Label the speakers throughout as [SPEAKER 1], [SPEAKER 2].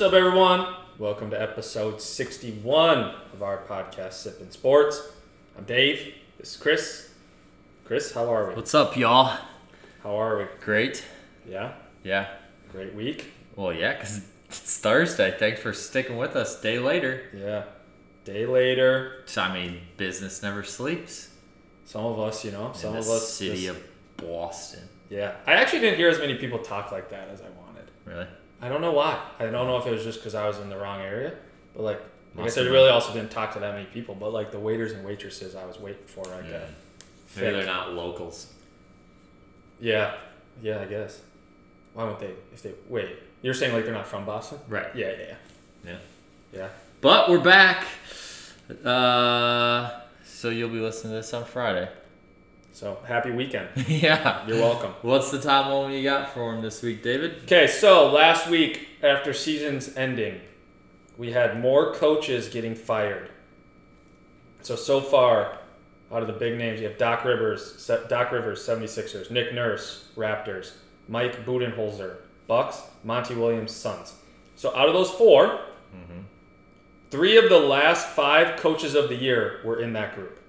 [SPEAKER 1] up, everyone? Welcome to episode 61 of our podcast, Sippin' Sports. I'm Dave. This is Chris. Chris, how are we?
[SPEAKER 2] What's up, y'all?
[SPEAKER 1] How are we?
[SPEAKER 2] Great.
[SPEAKER 1] Yeah?
[SPEAKER 2] Yeah.
[SPEAKER 1] Great week?
[SPEAKER 2] Well, yeah, 'cause it's Thursday. Thanks for sticking with us. Day later.
[SPEAKER 1] Yeah. Day later.
[SPEAKER 2] So, I mean, business never sleeps.
[SPEAKER 1] Some of us, you know, some
[SPEAKER 2] in
[SPEAKER 1] of
[SPEAKER 2] the
[SPEAKER 1] us.
[SPEAKER 2] city
[SPEAKER 1] just-
[SPEAKER 2] of Boston.
[SPEAKER 1] yeah. I actually didn't hear as many people talk like that as I wanted.
[SPEAKER 2] Really?
[SPEAKER 1] I don't know why. I don't know if it was just because I was in the wrong area, but like, like I
[SPEAKER 2] Must
[SPEAKER 1] said, I
[SPEAKER 2] have
[SPEAKER 1] really also didn't talk to that many people, but like the waiters and waitresses I was waiting for, I got
[SPEAKER 2] Maybe
[SPEAKER 1] thick.
[SPEAKER 2] they're not locals.
[SPEAKER 1] Yeah, yeah, I guess. Why wouldn't they? If they wait, you're saying like they're not from Boston?
[SPEAKER 2] Right.
[SPEAKER 1] Yeah, yeah,
[SPEAKER 2] Yeah.
[SPEAKER 1] yeah. yeah.
[SPEAKER 2] But we're back. Uh, so you'll be listening to this on Friday.
[SPEAKER 1] So happy weekend.
[SPEAKER 2] yeah.
[SPEAKER 1] You're welcome.
[SPEAKER 2] What's the top moment you got for him this week, David?
[SPEAKER 1] Okay, so last week after season's ending, we had more coaches getting fired. So so far, out of the big names, you have Doc Rivers, Se- Doc Rivers, 76ers, Nick Nurse, Raptors, Mike Budenholzer, Bucks, Monty Williams, Suns. So out of those 4 three of the last five coaches of the year were in that group.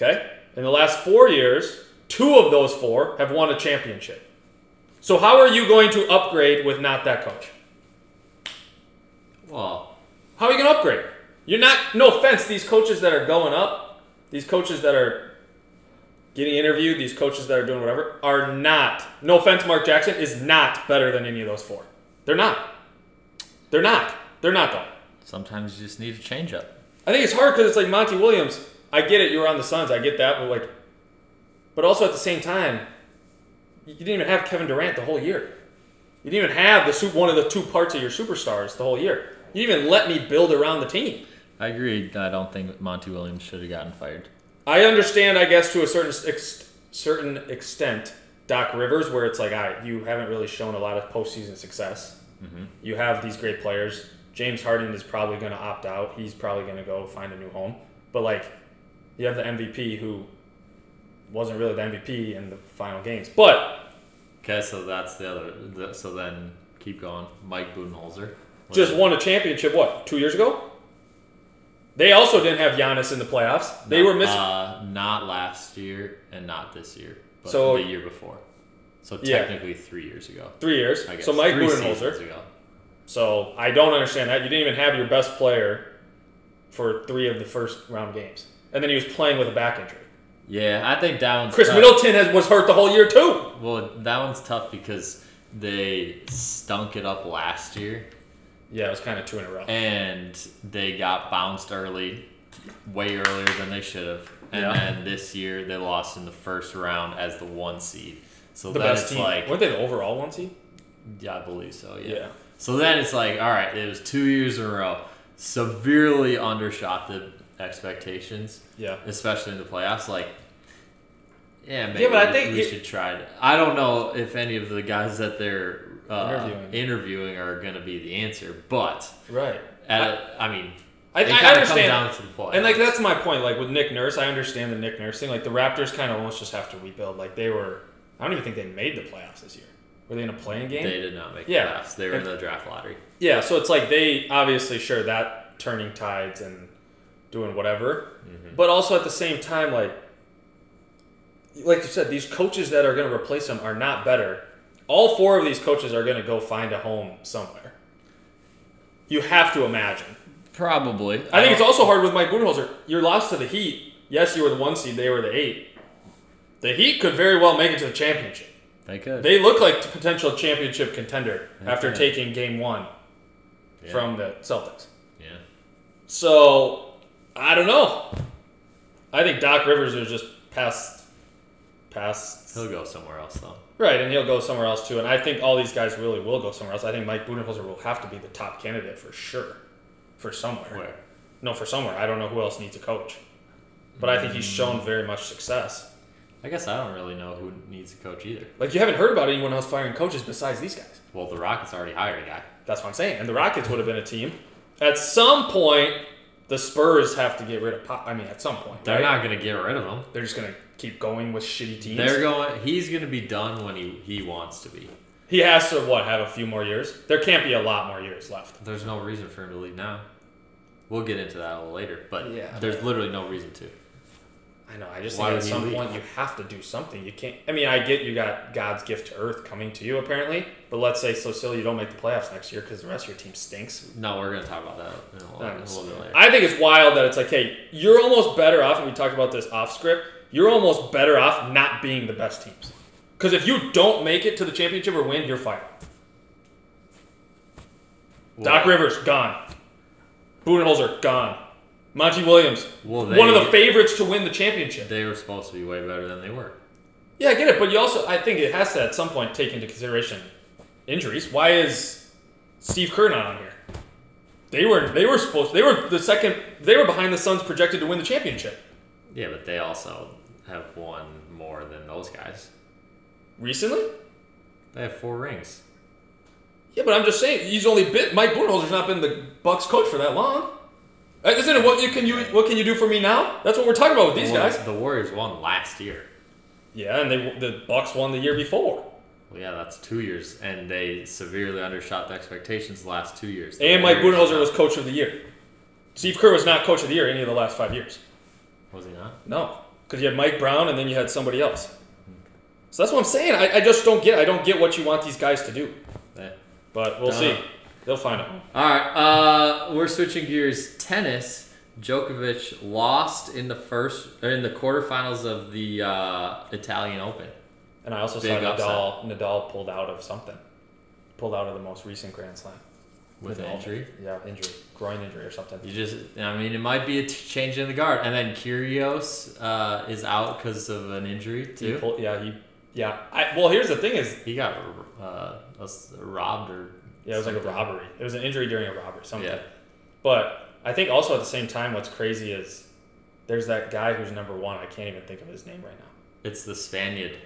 [SPEAKER 1] Okay? In the last four years, two of those four have won a championship. So how are you going to upgrade with not that coach?
[SPEAKER 2] Well,
[SPEAKER 1] How are you going to upgrade? You're not. No offense, these coaches that are going up, these coaches that are getting interviewed, these coaches that are doing whatever, are not. No offense, Mark Jackson is not better than any of those four. They're not. They're not. They're not though.
[SPEAKER 2] sometimes you just need a change up.
[SPEAKER 1] I think it's hard because it's like Monty Williams. I get it. You were on the Suns. I get that, but like, but also at the same time, you didn't even have Kevin Durant the whole year. You didn't even have the su- one of the two parts of your superstars the whole year. You didn't even let me build around the team.
[SPEAKER 2] I agree. I don't think Monty Williams should have gotten fired.
[SPEAKER 1] I understand, I guess, to a certain ex- certain extent, Doc Rivers, where it's like, all right, you haven't really shown a lot of postseason success.
[SPEAKER 2] Mm-hmm.
[SPEAKER 1] You have these great players. James Harden is probably going to opt out. He's probably going to go find a new home. But like, you have the MVP who wasn't really the MVP in the final games. But
[SPEAKER 2] Okay, so that's the other. The, so then keep going. Mike Budenholzer.
[SPEAKER 1] just won a championship. What two years ago? They also didn't have Giannis in the playoffs. They were missing.
[SPEAKER 2] Uh, not last year and not this year, but
[SPEAKER 1] So-
[SPEAKER 2] the year before. So
[SPEAKER 1] Yeah.
[SPEAKER 2] technically three years ago.
[SPEAKER 1] Three years.
[SPEAKER 2] I guess.
[SPEAKER 1] So Mike
[SPEAKER 2] three seasons
[SPEAKER 1] Budenholzer.
[SPEAKER 2] ago.
[SPEAKER 1] So I don't understand that. You didn't even have your best player for three of the first round games. And then he was playing with a back injury.
[SPEAKER 2] Yeah, I think that one's
[SPEAKER 1] Chris
[SPEAKER 2] tough.
[SPEAKER 1] Middleton has, was hurt the whole year, too.
[SPEAKER 2] Well, that one's tough because they stunk it up last year
[SPEAKER 1] Yeah, it was kind of two in a row.
[SPEAKER 2] and they got bounced early, way earlier than they should have. And
[SPEAKER 1] Yeah.
[SPEAKER 2] then this year they lost in the first round as the one seed. So
[SPEAKER 1] the
[SPEAKER 2] then
[SPEAKER 1] best
[SPEAKER 2] it's
[SPEAKER 1] team.
[SPEAKER 2] like
[SPEAKER 1] Weren't they the overall one seed?
[SPEAKER 2] Yeah, I believe so. Yeah.
[SPEAKER 1] Yeah.
[SPEAKER 2] So then it's like, all right, it was two years in a row, severely undershot the expectations,
[SPEAKER 1] Yeah.
[SPEAKER 2] especially in the playoffs. Like, yeah, maybe
[SPEAKER 1] Yeah, but I
[SPEAKER 2] we-
[SPEAKER 1] think
[SPEAKER 2] we
[SPEAKER 1] it-
[SPEAKER 2] should try. It. I don't know if any of the guys that they're uh,
[SPEAKER 1] Interviewing.
[SPEAKER 2] interviewing. are going to be the answer, but
[SPEAKER 1] Right.
[SPEAKER 2] at a, I mean,
[SPEAKER 1] I,
[SPEAKER 2] it
[SPEAKER 1] I
[SPEAKER 2] kinda
[SPEAKER 1] understand.
[SPEAKER 2] comes down to the playoffs.
[SPEAKER 1] and like that's my point. Like with Nick Nurse, I understand the Nick Nurse thing. Like the Raptors kind of almost just have to rebuild. Like they were, I don't even think they made the playoffs this year. Were they in a playing game?
[SPEAKER 2] they did not make
[SPEAKER 1] Yeah.
[SPEAKER 2] the playoffs. They were in
[SPEAKER 1] And-
[SPEAKER 2] the draft lottery.
[SPEAKER 1] Yeah, so it's like they obviously sure that turning tides and doing whatever, but also at the same time, like like you said, these coaches that are going to replace them are not better. All four of these coaches are going to go find a home somewhere. You have to imagine.
[SPEAKER 2] Probably.
[SPEAKER 1] I think it's also hard with Mike Budenholzer. You're lost to the Heat. Yes, you were the one seed; they were the eight. The Heat could very well make it to the championship.
[SPEAKER 2] They could.
[SPEAKER 1] They look like a potential championship contender after
[SPEAKER 2] Okay.
[SPEAKER 1] taking Game One
[SPEAKER 2] Yeah.
[SPEAKER 1] from the Celtics.
[SPEAKER 2] yeah.
[SPEAKER 1] So I don't know. I think Doc Rivers is just past past
[SPEAKER 2] He'll go somewhere else though.
[SPEAKER 1] right, and he'll go somewhere else too. And I think all these guys really will go somewhere else. I think Mike Budenholzer will have to be the top candidate for sure, for somewhere.
[SPEAKER 2] Where?
[SPEAKER 1] No, for somewhere. I don't know who else needs a coach, but I think he's shown very much success.
[SPEAKER 2] I guess I don't really know who needs a coach either.
[SPEAKER 1] Like you haven't heard about anyone else firing coaches besides these guys.
[SPEAKER 2] Well, the Rockets already hired a guy.
[SPEAKER 1] That's what I'm saying. And the Rockets would have been a team. At some point, the Spurs have to get rid of. Pop. I mean, at some point,
[SPEAKER 2] They're
[SPEAKER 1] right?
[SPEAKER 2] not going to get rid of him.
[SPEAKER 1] They're just gonna keep going with shitty teams.
[SPEAKER 2] They're going. He's going to be done when he he wants to be.
[SPEAKER 1] He has to what have a few more years. There can't be a lot more years left.
[SPEAKER 2] There's no reason for him to leave now. We'll get into that a little later, but
[SPEAKER 1] Yeah.
[SPEAKER 2] there's literally no reason to.
[SPEAKER 1] I know. I just
[SPEAKER 2] Why
[SPEAKER 1] think at
[SPEAKER 2] would he
[SPEAKER 1] some
[SPEAKER 2] leave?
[SPEAKER 1] point you have to do something. You can't. I mean, I get you got God's gift to Earth coming to you apparently, but let's say so still you don't make the playoffs next year because the rest of your team stinks.
[SPEAKER 2] No, we're gonna talk about that in a, little, a little bit later.
[SPEAKER 1] I think it's wild that it's like, hey, you're almost better off, and we talked about this off script, you're almost better off not being the best teams. Because if you don't make it to the championship or win, you're fired. Doc
[SPEAKER 2] Well,
[SPEAKER 1] Rivers, gone. Budenholzer, gone. Monty Williams,
[SPEAKER 2] Well,
[SPEAKER 1] one of
[SPEAKER 2] they-
[SPEAKER 1] the favorites to win the championship.
[SPEAKER 2] They were supposed to be way better than they were.
[SPEAKER 1] Yeah, I get it, but you also, I think it has to at some point take into consideration injuries. Why is Steve Kerr not on here? They were, they were supposed, they were the second, they were behind the Suns projected to win the championship.
[SPEAKER 2] Yeah, but they also have won more than those guys.
[SPEAKER 1] Recently?
[SPEAKER 2] They have four rings.
[SPEAKER 1] Yeah, but I'm just saying he's only been Mike Budenholzer's not been the Bucks coach for that long. Uh, Isn't it what you can you what can you do for me now? That's what we're talking about with these
[SPEAKER 2] the Warriors,
[SPEAKER 1] guys.
[SPEAKER 2] The Warriors won last year.
[SPEAKER 1] Yeah, and they the Bucks won the year before,
[SPEAKER 2] Well, yeah, that's two years, and they severely undershot the expectations the last two years. The
[SPEAKER 1] and Mike
[SPEAKER 2] Warriors-
[SPEAKER 1] Budenholzer was coach of the year. Steve Kerr was not coach of the year any of the last five years.
[SPEAKER 2] was he not?
[SPEAKER 1] No, because you had Mike Brown and then you had somebody else. So that's what I'm saying. I, I just don't get. I don't get what you want these guys to do.
[SPEAKER 2] Eh.
[SPEAKER 1] But we'll
[SPEAKER 2] Don't
[SPEAKER 1] see.
[SPEAKER 2] know.
[SPEAKER 1] They'll find out.
[SPEAKER 2] All right, uh, we're switching gears. Tennis. Djokovic lost in the first or in the quarterfinals of the uh, Italian Open.
[SPEAKER 1] And I also
[SPEAKER 2] Big
[SPEAKER 1] saw
[SPEAKER 2] upset.
[SPEAKER 1] Nadal. Nadal pulled out of something. Pulled out of the most recent Grand Slam.
[SPEAKER 2] With an
[SPEAKER 1] Nadal.
[SPEAKER 2] injury?
[SPEAKER 1] Yeah, injury, groin injury or something.
[SPEAKER 2] You just, I mean, it might be a t- change in the guard. And then Kyrgios uh, is out because of an injury
[SPEAKER 1] He
[SPEAKER 2] too.
[SPEAKER 1] pulled- yeah, he, yeah. I, well, here's the thing: is
[SPEAKER 2] He got uh, us- robbed or
[SPEAKER 1] yeah, it was like a
[SPEAKER 2] something.
[SPEAKER 1] robbery. It was an injury during a robbery, something.
[SPEAKER 2] Yeah.
[SPEAKER 1] But I think also at the same time, what's crazy is there's that guy who's number one. I can't even think of his name right now.
[SPEAKER 2] It's the Spaniard,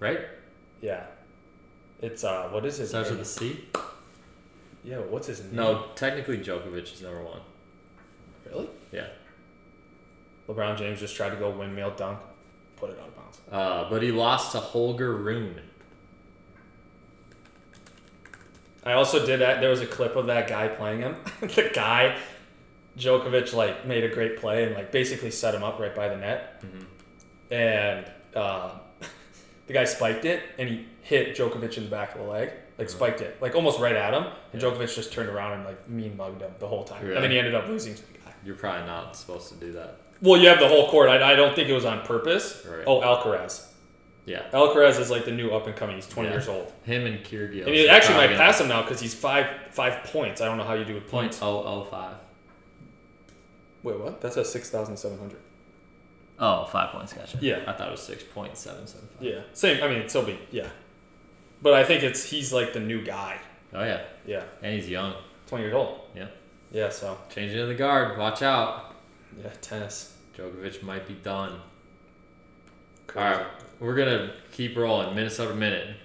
[SPEAKER 2] right?
[SPEAKER 1] Yeah, it's uh, what is his
[SPEAKER 2] Starts with
[SPEAKER 1] name?
[SPEAKER 2] a C.
[SPEAKER 1] Yeah, what's his name?
[SPEAKER 2] No, technically Djokovic is number one.
[SPEAKER 1] really.
[SPEAKER 2] Yeah,
[SPEAKER 1] LeBron James just tried to go windmill dunk, put it out of bounds.
[SPEAKER 2] uh, but he lost to Holger Rune.
[SPEAKER 1] I also did that. There was a clip of that guy playing him. the guy, Djokovic, like made a great play and like basically set him up right by the net,
[SPEAKER 2] Mm-hmm.
[SPEAKER 1] and uh, the guy spiked it and he hit Djokovic in the back of the leg,
[SPEAKER 2] Uh-huh.
[SPEAKER 1] like spiked it, like almost right at him, and Djokovic just turned around and like mean mugged him the whole time, and then
[SPEAKER 2] Really?
[SPEAKER 1] he ended up losing to the guy.
[SPEAKER 2] You're probably not supposed to do that.
[SPEAKER 1] Well, you have the whole court. I, I don't think it was on purpose.
[SPEAKER 2] Right.
[SPEAKER 1] Oh, Alcaraz.
[SPEAKER 2] Yeah,
[SPEAKER 1] Alcaraz is like the new up and coming. He's twenty
[SPEAKER 2] Yeah.
[SPEAKER 1] years old.
[SPEAKER 2] him and Kyrgios.
[SPEAKER 1] And he
[SPEAKER 2] are probably
[SPEAKER 1] actually might
[SPEAKER 2] gonna-
[SPEAKER 1] pass him now because he's five five points. I don't know how you do with
[SPEAKER 2] point
[SPEAKER 1] points.
[SPEAKER 2] oh oh five.
[SPEAKER 1] Wait, what? That's a six thousand seven hundred.
[SPEAKER 2] Oh, five points, gotcha.
[SPEAKER 1] Yeah.
[SPEAKER 2] I thought it was six point seven seven five.
[SPEAKER 1] Yeah, same. I mean, it's still be yeah, but I think it's he's like the new guy.
[SPEAKER 2] Oh yeah,
[SPEAKER 1] Yeah,
[SPEAKER 2] and he's young.
[SPEAKER 1] twenty years old.
[SPEAKER 2] Yeah,
[SPEAKER 1] Yeah, so
[SPEAKER 2] change into the guard. Watch out.
[SPEAKER 1] yeah, tennis.
[SPEAKER 2] Djokovic might be done. All
[SPEAKER 1] Crazy.
[SPEAKER 2] right, we're gonna keep rolling. Minnesota minute.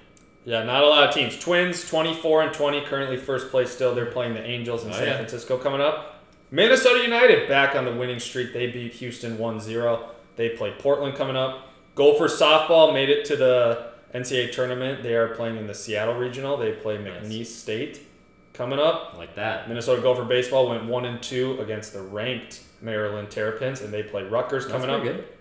[SPEAKER 1] Yeah, not a lot of teams. Twins, twenty four and twenty, currently first place. Still, they're playing the Angels in
[SPEAKER 2] Oh,
[SPEAKER 1] San
[SPEAKER 2] yeah.
[SPEAKER 1] Francisco coming up. Minnesota United back on the winning streak. They beat Houston 1-0. They play Portland coming up. Gophers softball made it to the NCAA tournament. They are playing in the Seattle regional. They play
[SPEAKER 2] Nice.
[SPEAKER 1] McNeese State coming up.
[SPEAKER 2] Like that.
[SPEAKER 1] Minnesota Gopher baseball went one and two against the ranked Maryland Terrapins, and they play Rutgers
[SPEAKER 2] That's
[SPEAKER 1] coming
[SPEAKER 2] pretty
[SPEAKER 1] up.
[SPEAKER 2] Good.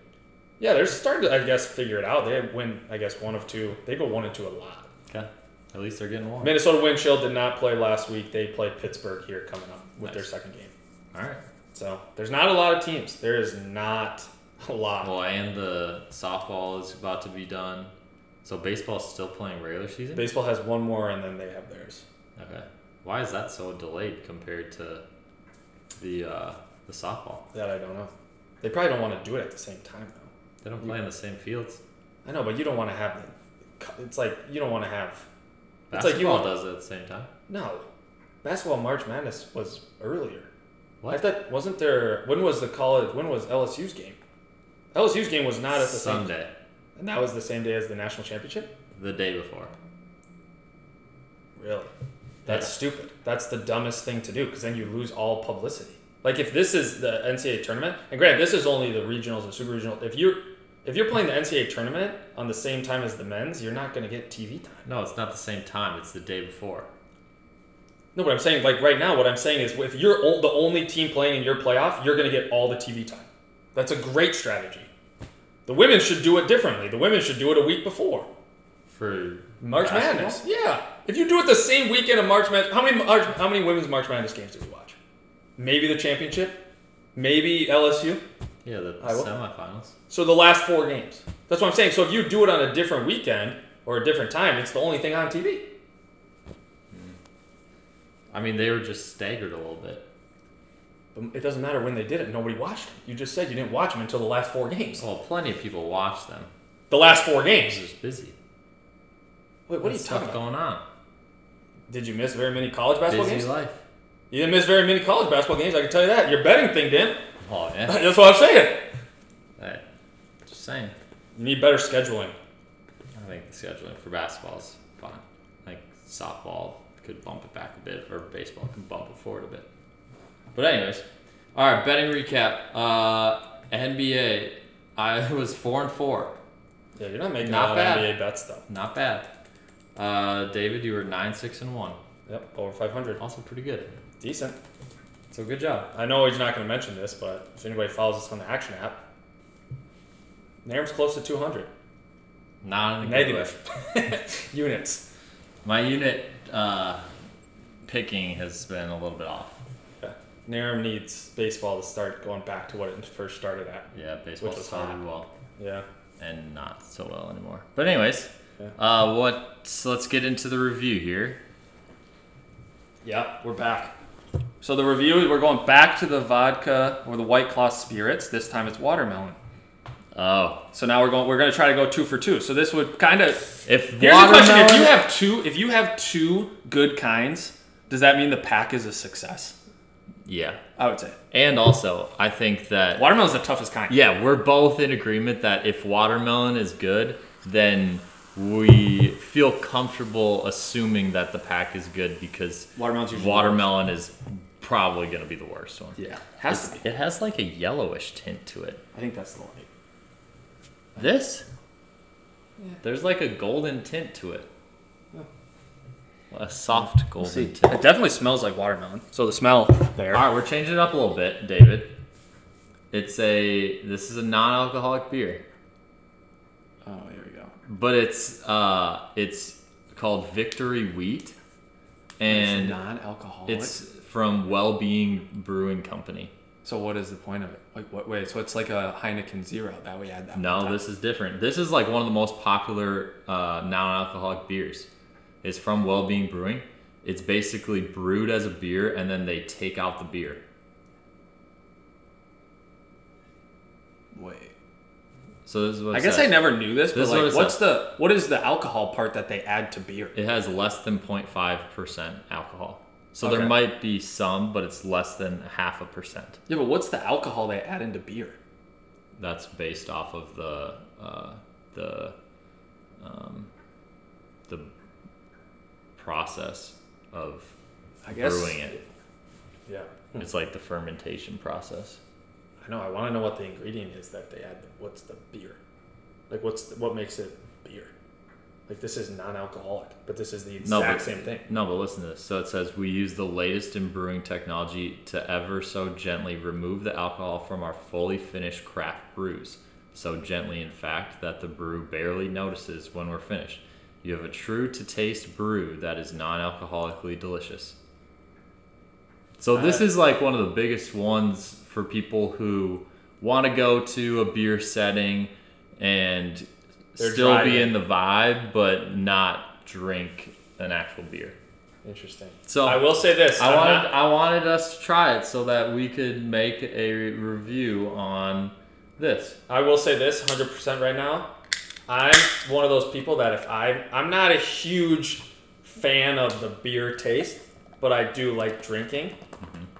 [SPEAKER 1] Yeah, they're starting to, I guess, figure it out. They win, I guess, one of two. They go one and two a lot.
[SPEAKER 2] Okay. At least they're getting warm.
[SPEAKER 1] Minnesota Windshield did not play last week. They play Pittsburgh here coming up with their
[SPEAKER 2] Nice.
[SPEAKER 1] second game.
[SPEAKER 2] All right.
[SPEAKER 1] So there's not a lot of teams. There is not a lot.
[SPEAKER 2] Well, and the softball is about to be done. So baseball's still playing regular season.
[SPEAKER 1] Baseball has one more, and then they have theirs.
[SPEAKER 2] okay. Why is that so delayed compared to the uh, the softball?
[SPEAKER 1] That I don't know. They probably don't want to do it at the same time though.
[SPEAKER 2] They don't play in the same fields.
[SPEAKER 1] I know, but you don't want to have the. It's like you don't want to have It's like you
[SPEAKER 2] Basketball
[SPEAKER 1] want-
[SPEAKER 2] does it at the same time.
[SPEAKER 1] No, basketball March Madness was earlier.
[SPEAKER 2] What?
[SPEAKER 1] I thought wasn't there? When was the college? When was LSU's game? LSU's game was not at the same.
[SPEAKER 2] Sunday,
[SPEAKER 1] And that was the same day as the national championship.
[SPEAKER 2] the day before.
[SPEAKER 1] Really? That's stupid. That's the dumbest thing to do because then you lose all publicity. Like if this is the NCAA tournament, and granted, this is only the regionals and super regional. If you If you're playing the NCAA tournament on the same time as the men's, you're not going to get TV time.
[SPEAKER 2] No, it's not the same time. It's the day before.
[SPEAKER 1] No, but I'm saying like right now, what I'm saying is if you're o- the only team playing in your playoff, you're going to get all the TV time. That's a great strategy. The women should do it differently. The women should do it a week before
[SPEAKER 2] For
[SPEAKER 1] March
[SPEAKER 2] basketball?
[SPEAKER 1] Madness. Yeah, if you do it the same weekend of March Madness, how many March, how many women's March Madness games did we watch? Maybe the championship, maybe LSU.
[SPEAKER 2] Yeah, the
[SPEAKER 1] I will-
[SPEAKER 2] semifinals.
[SPEAKER 1] So the last four games. That's what I'm saying. So if you do it on a different weekend or a different time, it's the only thing on TV.
[SPEAKER 2] I mean, they were just staggered a little bit.
[SPEAKER 1] But it doesn't matter when they did it. Nobody watched them. You just said you didn't watch them until the last four games.
[SPEAKER 2] Well, plenty of people watched them.
[SPEAKER 1] The last four
[SPEAKER 2] It was
[SPEAKER 1] games.
[SPEAKER 2] just busy.
[SPEAKER 1] Wait, what are you
[SPEAKER 2] There's stuff
[SPEAKER 1] talking about?
[SPEAKER 2] going on?
[SPEAKER 1] Did you miss very many college basketball
[SPEAKER 2] Busy
[SPEAKER 1] games?
[SPEAKER 2] life.
[SPEAKER 1] You didn't miss very many college basketball games. I can tell you that. Your betting thing didn't.
[SPEAKER 2] Oh yeah.
[SPEAKER 1] That's what I'm saying.
[SPEAKER 2] Hey, just saying.
[SPEAKER 1] You need better scheduling.
[SPEAKER 2] I think the scheduling for basketball is fine. I think softball could bump it back a bit, or baseball can bump it forward a bit. But anyways, all right. Betting recap. Uh, NBA. I was four and four.
[SPEAKER 1] Yeah, you're not making
[SPEAKER 2] Not
[SPEAKER 1] a lot
[SPEAKER 2] bad.
[SPEAKER 1] of NBA bets though.
[SPEAKER 2] Not bad. Uh, David, you were nine six and one.
[SPEAKER 1] Yep, over 500.
[SPEAKER 2] Also pretty good.
[SPEAKER 1] Decent.
[SPEAKER 2] So good job.
[SPEAKER 1] I know he's not going to mention this, but if anybody follows us on the Action app, Nairn's close to 200.
[SPEAKER 2] Not in a good way.
[SPEAKER 1] Negative units.
[SPEAKER 2] My unit uh, picking has been a little bit off.
[SPEAKER 1] Yeah. Nairn needs baseball to start going back to what it first started at.
[SPEAKER 2] Yeah, baseball
[SPEAKER 1] Which was
[SPEAKER 2] started
[SPEAKER 1] hot.
[SPEAKER 2] well
[SPEAKER 1] Yeah.
[SPEAKER 2] and not so well anymore. But anyways,
[SPEAKER 1] Yeah.
[SPEAKER 2] uh, what? So let's get into the review here.
[SPEAKER 1] Yeah, we're back. So the review is we're going back to the vodka or the White Claw spirits. This time it's watermelon.
[SPEAKER 2] Oh,
[SPEAKER 1] So now we're going. We're going to try to go two for two. So this would kind of.
[SPEAKER 2] if
[SPEAKER 1] Here's the
[SPEAKER 2] watermelon,
[SPEAKER 1] question: If you have two, if you have two good kinds, does that mean the pack is a success?
[SPEAKER 2] yeah,
[SPEAKER 1] I would say
[SPEAKER 2] and also I think that
[SPEAKER 1] watermelon's the toughest kind.
[SPEAKER 2] yeah, we're both in agreement that if watermelon is good, then we feel comfortable assuming that the pack is good because
[SPEAKER 1] Watermelon's usually
[SPEAKER 2] watermelon is probably going to be the worst one.
[SPEAKER 1] yeah, has to be.
[SPEAKER 2] It has like a yellowish tint to it.
[SPEAKER 1] I think that's the light.
[SPEAKER 2] This? There's like a golden tint to it. A soft golden tint.
[SPEAKER 1] It definitely smells like watermelon. So the smell there.
[SPEAKER 2] All right, we're changing it up a little bit, David. It's a this is a non-alcoholic beer,
[SPEAKER 1] Oh, here we go.
[SPEAKER 2] but it's uh it's called Victory Wheat and
[SPEAKER 1] non-alcoholic.
[SPEAKER 2] it's from Well Being Brewing Company.
[SPEAKER 1] so what is the point of it? Like what? Wait, so it's like a Heineken Zero that we had that.
[SPEAKER 2] No, this is different. This is like one of the most popular uh, non-alcoholic beers. It's from Well Being Brewing. It's basically brewed as a beer, and then they take out the beer.
[SPEAKER 1] Wait.
[SPEAKER 2] So this is what it
[SPEAKER 1] I guess
[SPEAKER 2] says.
[SPEAKER 1] I never knew this,
[SPEAKER 2] This is
[SPEAKER 1] but like,
[SPEAKER 2] what it
[SPEAKER 1] what's
[SPEAKER 2] says.
[SPEAKER 1] the what is the alcohol part that they add to beer?
[SPEAKER 2] It has less than 0.5 percent alcohol. So there
[SPEAKER 1] Okay.
[SPEAKER 2] might be some, but it's less than half a percent.
[SPEAKER 1] Yeah, but what's the alcohol they add into beer?
[SPEAKER 2] That's based off of the uh, the um, the process of
[SPEAKER 1] I guess
[SPEAKER 2] brewing it.
[SPEAKER 1] Yeah,
[SPEAKER 2] It's like the fermentation process.
[SPEAKER 1] I know. I want to know what the ingredient is that they add. What's the beer? Like, what's the, what makes it beer? Like, this is non-alcoholic, but this is the exact
[SPEAKER 2] No, but-
[SPEAKER 1] same thing.
[SPEAKER 2] No, but listen to this. So it says we use the latest in brewing technology to ever so gently remove the alcohol from our fully finished craft brews. So gently, in fact, that the brew barely notices when we're finished. You have a true to taste brew that is non alcoholically delicious. So this
[SPEAKER 1] Uh,
[SPEAKER 2] is like one of the biggest ones for people who want to go to a beer setting and
[SPEAKER 1] They're
[SPEAKER 2] still be
[SPEAKER 1] driving.
[SPEAKER 2] in the vibe, but not drink an actual beer.
[SPEAKER 1] Interesting.
[SPEAKER 2] So-
[SPEAKER 1] I will say this.
[SPEAKER 2] I
[SPEAKER 1] I'm
[SPEAKER 2] wanted
[SPEAKER 1] not-
[SPEAKER 2] I wanted us to try it so that we could make a review on this.
[SPEAKER 1] I will say this 100% right now. I'm one of those people that if I I'm not a huge fan of the beer taste, but I do like drinking.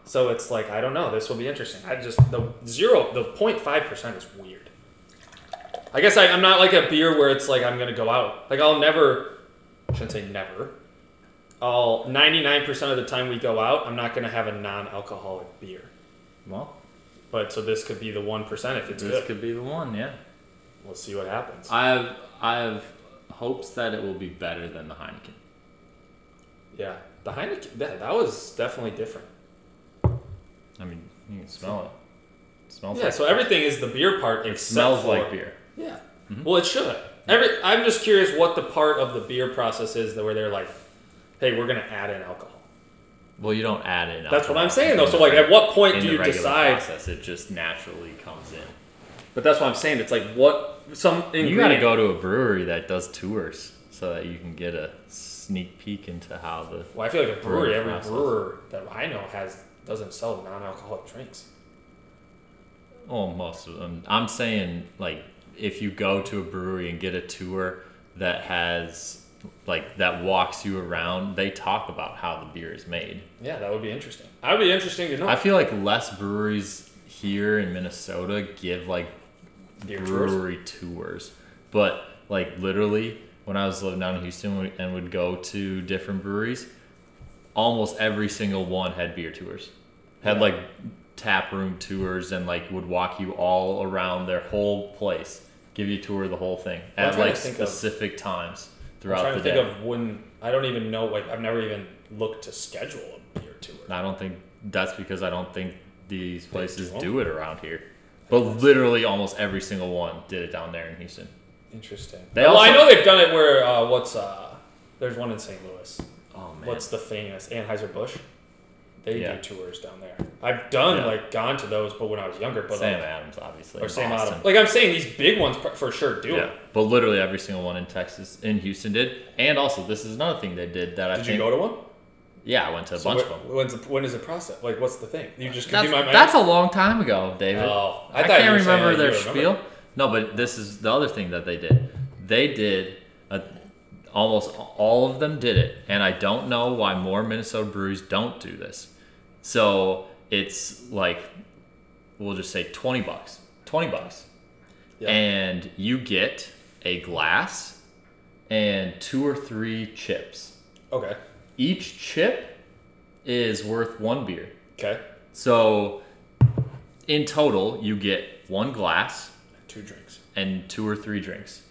[SPEAKER 1] So it's like I don't know, this will be interesting. I just the 0 the 0.5% is weird. I guess I, I'm not like a beer where it's like I'm going to go out. Like I'll never I shouldn't say never. I'll 99% of the time we go out, I'm not going to have a non-alcoholic beer.
[SPEAKER 2] Well,
[SPEAKER 1] But so this could be the 1% if it's
[SPEAKER 2] this
[SPEAKER 1] good.
[SPEAKER 2] could be the one, yeah.
[SPEAKER 1] Let's see what happens.
[SPEAKER 2] I have I have hopes that it will be better than the Heineken.
[SPEAKER 1] yeah, the Heineken that, that was definitely different.
[SPEAKER 2] I mean, you can smell it. It smells
[SPEAKER 1] Yeah,
[SPEAKER 2] like
[SPEAKER 1] so everything is the beer part. It
[SPEAKER 2] smells like beer. Mm-hmm.
[SPEAKER 1] Yeah. Well, it should. Every I'm just curious what the part of the beer process is that where they're like, hey, we're gonna add in alcohol.
[SPEAKER 2] Well, you don't add it.
[SPEAKER 1] That's what I'm saying though. So like, at what point
[SPEAKER 2] in
[SPEAKER 1] do
[SPEAKER 2] the
[SPEAKER 1] you
[SPEAKER 2] regular
[SPEAKER 1] decide?
[SPEAKER 2] process, it just naturally comes in.
[SPEAKER 1] But that's what I'm saying. It's like what some ingredient.
[SPEAKER 2] You got to go to a brewery that does tours so that you can get a sneak peek into how the
[SPEAKER 1] Well, I feel like a brewery.
[SPEAKER 2] Brewery
[SPEAKER 1] Every
[SPEAKER 2] process.
[SPEAKER 1] brewer that I know has doesn't sell non-alcoholic drinks.
[SPEAKER 2] oh most of them. I'm saying like if you go to a brewery and get a tour that has like that walks you around, they talk about how the beer is made.
[SPEAKER 1] Yeah, that would be interesting. That would be interesting to know.
[SPEAKER 2] I feel like less breweries here in Minnesota give like
[SPEAKER 1] Beer tours?
[SPEAKER 2] brewery tours. But like literally, when I was living down in Houston we- and would go to different breweries, almost every single one had beer tours, had
[SPEAKER 1] Yeah.
[SPEAKER 2] like tap room tours, and like would walk you all around their whole place, give you a tour of the whole thing
[SPEAKER 1] I'm
[SPEAKER 2] at
[SPEAKER 1] trying to
[SPEAKER 2] like
[SPEAKER 1] think of-
[SPEAKER 2] specific times
[SPEAKER 1] I'm
[SPEAKER 2] throughout
[SPEAKER 1] trying
[SPEAKER 2] the
[SPEAKER 1] to
[SPEAKER 2] day.
[SPEAKER 1] think of when I don't even know. Like I've never even looked to schedule a beer tour.
[SPEAKER 2] I don't think that's because I don't think these places
[SPEAKER 1] don't?
[SPEAKER 2] do it around here. But literally, almost every single one did it down there in Houston.
[SPEAKER 1] Interesting.
[SPEAKER 2] They
[SPEAKER 1] well, I
[SPEAKER 2] also-
[SPEAKER 1] know they've done it where uh, what's uh, there's one in St. Louis.
[SPEAKER 2] Oh man,
[SPEAKER 1] What's the famous Anheuser Busch? They
[SPEAKER 2] Yeah.
[SPEAKER 1] do tours down there. I've done
[SPEAKER 2] Yeah.
[SPEAKER 1] like gone to those, but when I was younger, but
[SPEAKER 2] Sam
[SPEAKER 1] like,
[SPEAKER 2] Adams, obviously,
[SPEAKER 1] or
[SPEAKER 2] in
[SPEAKER 1] Sam
[SPEAKER 2] Boston.
[SPEAKER 1] Adams. Like I'm saying, these big ones pr- for sure do
[SPEAKER 2] Yeah,
[SPEAKER 1] it.
[SPEAKER 2] but literally every single one in Texas, in Houston, did. And also, this is another thing they did that I
[SPEAKER 1] Did you
[SPEAKER 2] think.
[SPEAKER 1] go to one?
[SPEAKER 2] yeah, I went to a
[SPEAKER 1] So
[SPEAKER 2] bunch
[SPEAKER 1] wh-
[SPEAKER 2] of them.
[SPEAKER 1] When's the, when is the process? Like, what's the thing? You just
[SPEAKER 2] That's,
[SPEAKER 1] do my mind.
[SPEAKER 2] that's a long time ago, David.
[SPEAKER 1] Oh, I
[SPEAKER 2] I,
[SPEAKER 1] thought you
[SPEAKER 2] can't
[SPEAKER 1] were saying
[SPEAKER 2] remember
[SPEAKER 1] that
[SPEAKER 2] their
[SPEAKER 1] you
[SPEAKER 2] spiel.
[SPEAKER 1] remember.
[SPEAKER 2] No, but this is the other thing that they did. They did a, almost all of them did it, and I don't know why more Minnesota breweries don't do this. So it's like we'll just say twenty bucks, twenty bucks,
[SPEAKER 1] Yeah.
[SPEAKER 2] and you get a glass and two or three chips.
[SPEAKER 1] okay.
[SPEAKER 2] Each chip is worth one beer.
[SPEAKER 1] Okay.
[SPEAKER 2] So in total, you get one glass
[SPEAKER 1] Two drinks.
[SPEAKER 2] and two or three drinks.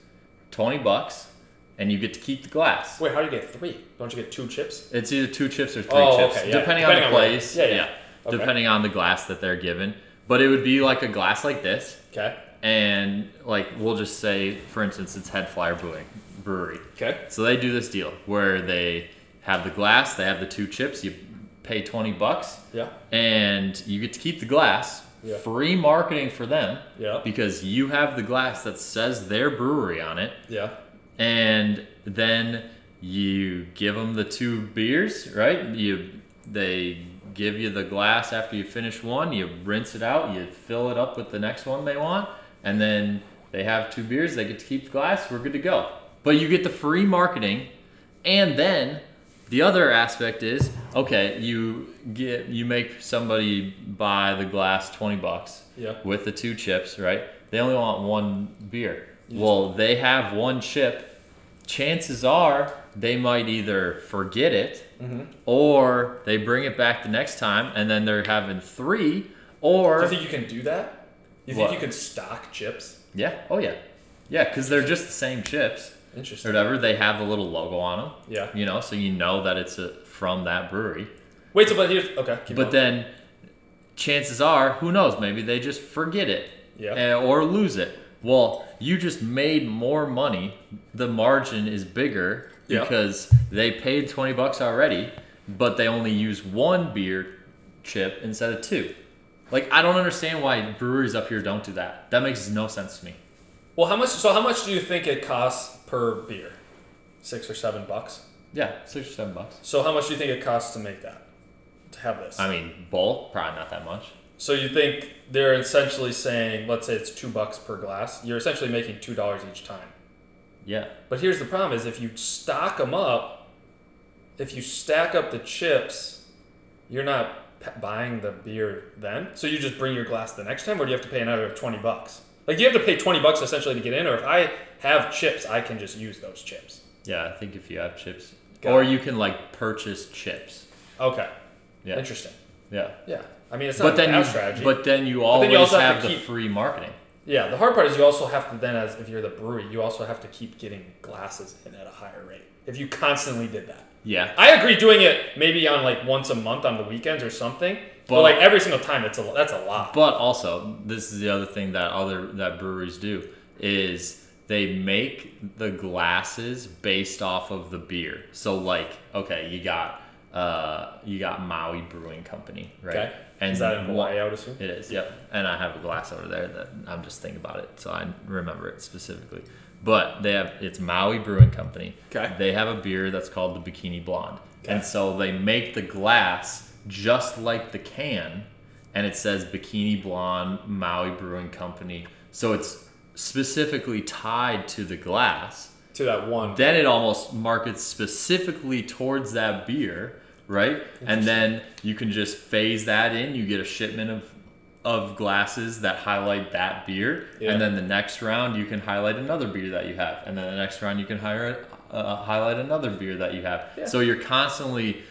[SPEAKER 2] 20 bucks and you get to keep the glass.
[SPEAKER 1] Wait, how do you get three? Don't you get two chips?
[SPEAKER 2] It's either two chips or three
[SPEAKER 1] Oh,
[SPEAKER 2] chips
[SPEAKER 1] okay, yeah.
[SPEAKER 2] depending,
[SPEAKER 1] Depending
[SPEAKER 2] on
[SPEAKER 1] on
[SPEAKER 2] the
[SPEAKER 1] what-
[SPEAKER 2] place.
[SPEAKER 1] yeah, yeah. Okay.
[SPEAKER 2] Depending on the glass that they're given. But it would be like a glass like this
[SPEAKER 1] Okay.
[SPEAKER 2] and like we'll just say for instance it's Head Flyer Brewing Brewery.
[SPEAKER 1] Okay.
[SPEAKER 2] So they do this deal where they have the glass, they have the two chips, you pay 20 bucks
[SPEAKER 1] Yeah.
[SPEAKER 2] and you get to keep the glass.
[SPEAKER 1] Yeah.
[SPEAKER 2] Free marketing for them
[SPEAKER 1] Yeah.
[SPEAKER 2] because you have the glass that says their brewery on it,
[SPEAKER 1] Yeah.
[SPEAKER 2] and then you give them the two beers, right? You they give you the glass after you finish one, you rinse it out, you fill it up with the next one they want, and then they have two beers, they get to keep the glass, we're good to go. But you get the free marketing and then the other aspect is okay, you get you make somebody buy the glass 20 bucks
[SPEAKER 1] Yeah.
[SPEAKER 2] with the two chips, right? They only want one beer. Well, they have one chip. Chances are they might either forget it or they bring it back the next time and then they're having three
[SPEAKER 1] Do
[SPEAKER 2] or
[SPEAKER 1] you think you can do that? You think
[SPEAKER 2] What?
[SPEAKER 1] you can stock chips?
[SPEAKER 2] yeah, oh yeah. Yeah, cuz they're just the same chips. or
[SPEAKER 1] Interesting.
[SPEAKER 2] whatever, they have a little logo on them.
[SPEAKER 1] Yeah.
[SPEAKER 2] You know, so you know that it's a, from that brewery.
[SPEAKER 1] Wait, so but here's okay. Keep
[SPEAKER 2] But
[SPEAKER 1] but
[SPEAKER 2] then, chances are, who knows? Maybe they just forget it.
[SPEAKER 1] Yeah.
[SPEAKER 2] eh, or lose it. Well, you just made more money. The margin is bigger
[SPEAKER 1] Yeah.
[SPEAKER 2] because they paid twenty bucks already, but they only use one beer chip instead of two. Like I don't understand why breweries up here don't do that. That makes no sense to me.
[SPEAKER 1] well, how much? So how much do you think it costs per beer? Six or seven bucks.
[SPEAKER 2] Yeah, six or seven bucks.
[SPEAKER 1] So how much do you think it costs to make that? To have this.
[SPEAKER 2] I mean, bulk probably not that much.
[SPEAKER 1] so you think they're essentially saying, let's say it's two bucks per glass. You're essentially making two dollars each time.
[SPEAKER 2] Yeah.
[SPEAKER 1] But here's the problem: is if you stock them up, if you stack up the chips, you're not p- buying the beer then. So you just bring your glass the next time, or do you have to pay another twenty bucks? Like you have to pay twenty bucks essentially to get in. Or if I have chips, I can just use those chips.
[SPEAKER 2] Yeah, I think if you have chips,
[SPEAKER 1] Got
[SPEAKER 2] or
[SPEAKER 1] it.
[SPEAKER 2] you can like purchase chips.
[SPEAKER 1] Okay,
[SPEAKER 2] Yeah,
[SPEAKER 1] interesting.
[SPEAKER 2] yeah.
[SPEAKER 1] Yeah, I mean it's not
[SPEAKER 2] But
[SPEAKER 1] a bad
[SPEAKER 2] then, you,
[SPEAKER 1] strategy.
[SPEAKER 2] but then you
[SPEAKER 1] then
[SPEAKER 2] always
[SPEAKER 1] you also have
[SPEAKER 2] have,
[SPEAKER 1] to
[SPEAKER 2] the
[SPEAKER 1] keep-
[SPEAKER 2] free marketing.
[SPEAKER 1] Yeah, the hard part is you also have to then, as if you're the brewery, you also have to keep getting glasses in at a higher rate. If you constantly did that,
[SPEAKER 2] Yeah.
[SPEAKER 1] I agree doing it maybe on like once a month on the weekends or something. But,
[SPEAKER 2] But-
[SPEAKER 1] like every single time, it's a that's a lot.
[SPEAKER 2] But also, this is the other thing that other that breweries do is they make the glasses based off of the beer. So like, okay, you got uh you got Maui Brewing Company, right?
[SPEAKER 1] Okay.
[SPEAKER 2] And
[SPEAKER 1] is that in
[SPEAKER 2] one-
[SPEAKER 1] Hawaii? I would assume.
[SPEAKER 2] It is, yep. And I have a glass over there that I'm just thinking about it, so I remember it specifically. But they have it's Maui Brewing Company.
[SPEAKER 3] Okay.
[SPEAKER 2] They have a beer that's called the Bikini Blonde, and so they make the glass just like the can, and it says Bikini Blonde Maui Brewing Company. So it's specifically tied to the glass.
[SPEAKER 1] To that one.
[SPEAKER 2] Then it almost markets specifically towards that beer, right? And then you can just phase that in. You get a shipment of of glasses that highlight that beer,
[SPEAKER 1] Yeah.
[SPEAKER 2] and then the next round you can highlight another beer that you have, and then the next round you can hire, uh, highlight another beer that you have.
[SPEAKER 1] Yeah.
[SPEAKER 2] So you're constantly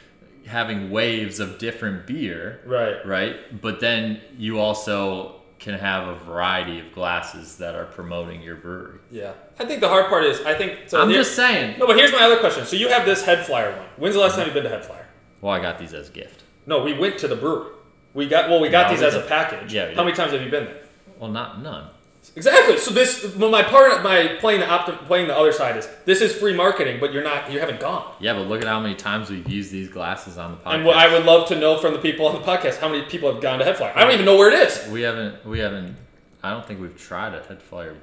[SPEAKER 2] having waves of different beer,
[SPEAKER 1] right.
[SPEAKER 2] right? But then you also can have a variety of glasses that are promoting your brewery.
[SPEAKER 1] Yeah. I think the hard part is I think. So
[SPEAKER 2] I'm
[SPEAKER 1] here-
[SPEAKER 2] just saying.
[SPEAKER 1] No, but here's my other question. So you have this head flyer one. When's the last time you've been to head flyer?
[SPEAKER 2] Well, I got these as a gift.
[SPEAKER 1] No, we went to the brewery. We got well, we got
[SPEAKER 2] No,
[SPEAKER 1] these
[SPEAKER 2] we
[SPEAKER 1] as a
[SPEAKER 2] didn't.
[SPEAKER 1] package.
[SPEAKER 2] Yeah, we
[SPEAKER 1] How many times have you been there?
[SPEAKER 2] Well, not none.
[SPEAKER 1] Exactly. So this, well, my part, my playing the opt, playing the other side is this is free marketing, but you're not, you haven't gone.
[SPEAKER 2] Yeah, but look at how many times we've used these glasses on the podcast.
[SPEAKER 1] And what I would love to know from the people on the podcast how many people have gone to Headflyer. I don't even know where it is.
[SPEAKER 2] we haven't, we haven't. I don't think we've tried a head flyer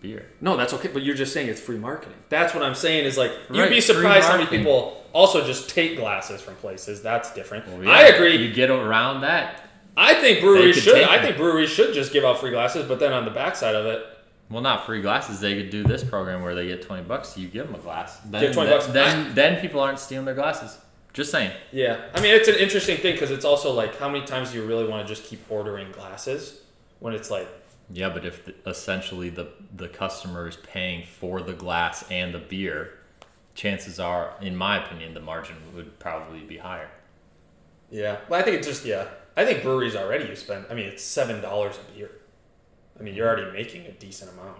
[SPEAKER 2] beer.
[SPEAKER 1] No, that's okay. But you're just saying it's free marketing. That's what I'm saying is like you'd
[SPEAKER 2] Right,
[SPEAKER 1] be
[SPEAKER 2] free
[SPEAKER 1] surprised how many
[SPEAKER 2] marketing.
[SPEAKER 1] people also just take glasses from places. That's different.
[SPEAKER 2] Well, yeah,
[SPEAKER 1] I agree.
[SPEAKER 2] You get around that.
[SPEAKER 1] I think breweries
[SPEAKER 2] They could
[SPEAKER 1] should.
[SPEAKER 2] take
[SPEAKER 1] I
[SPEAKER 2] them.
[SPEAKER 1] think breweries should just give out free glasses, but then on the backside of it,
[SPEAKER 2] Well, not free glasses. They could do this program where they get twenty bucks. You give them a glass. Then,
[SPEAKER 1] Give 20
[SPEAKER 2] then,
[SPEAKER 1] bucks.
[SPEAKER 2] Then, then people aren't stealing their glasses. Just saying.
[SPEAKER 1] yeah. I mean, it's an interesting thing because it's also like how many times do you really want to just keep ordering glasses when it's like
[SPEAKER 2] Yeah, but if the, essentially the the customer is paying for the glass and the beer, chances are, in my opinion, the margin would probably be higher.
[SPEAKER 1] yeah. Well, I think it's just yeah. I think breweries already you spend. I mean, it's seven dollars a beer. I mean, you're already making a decent amount.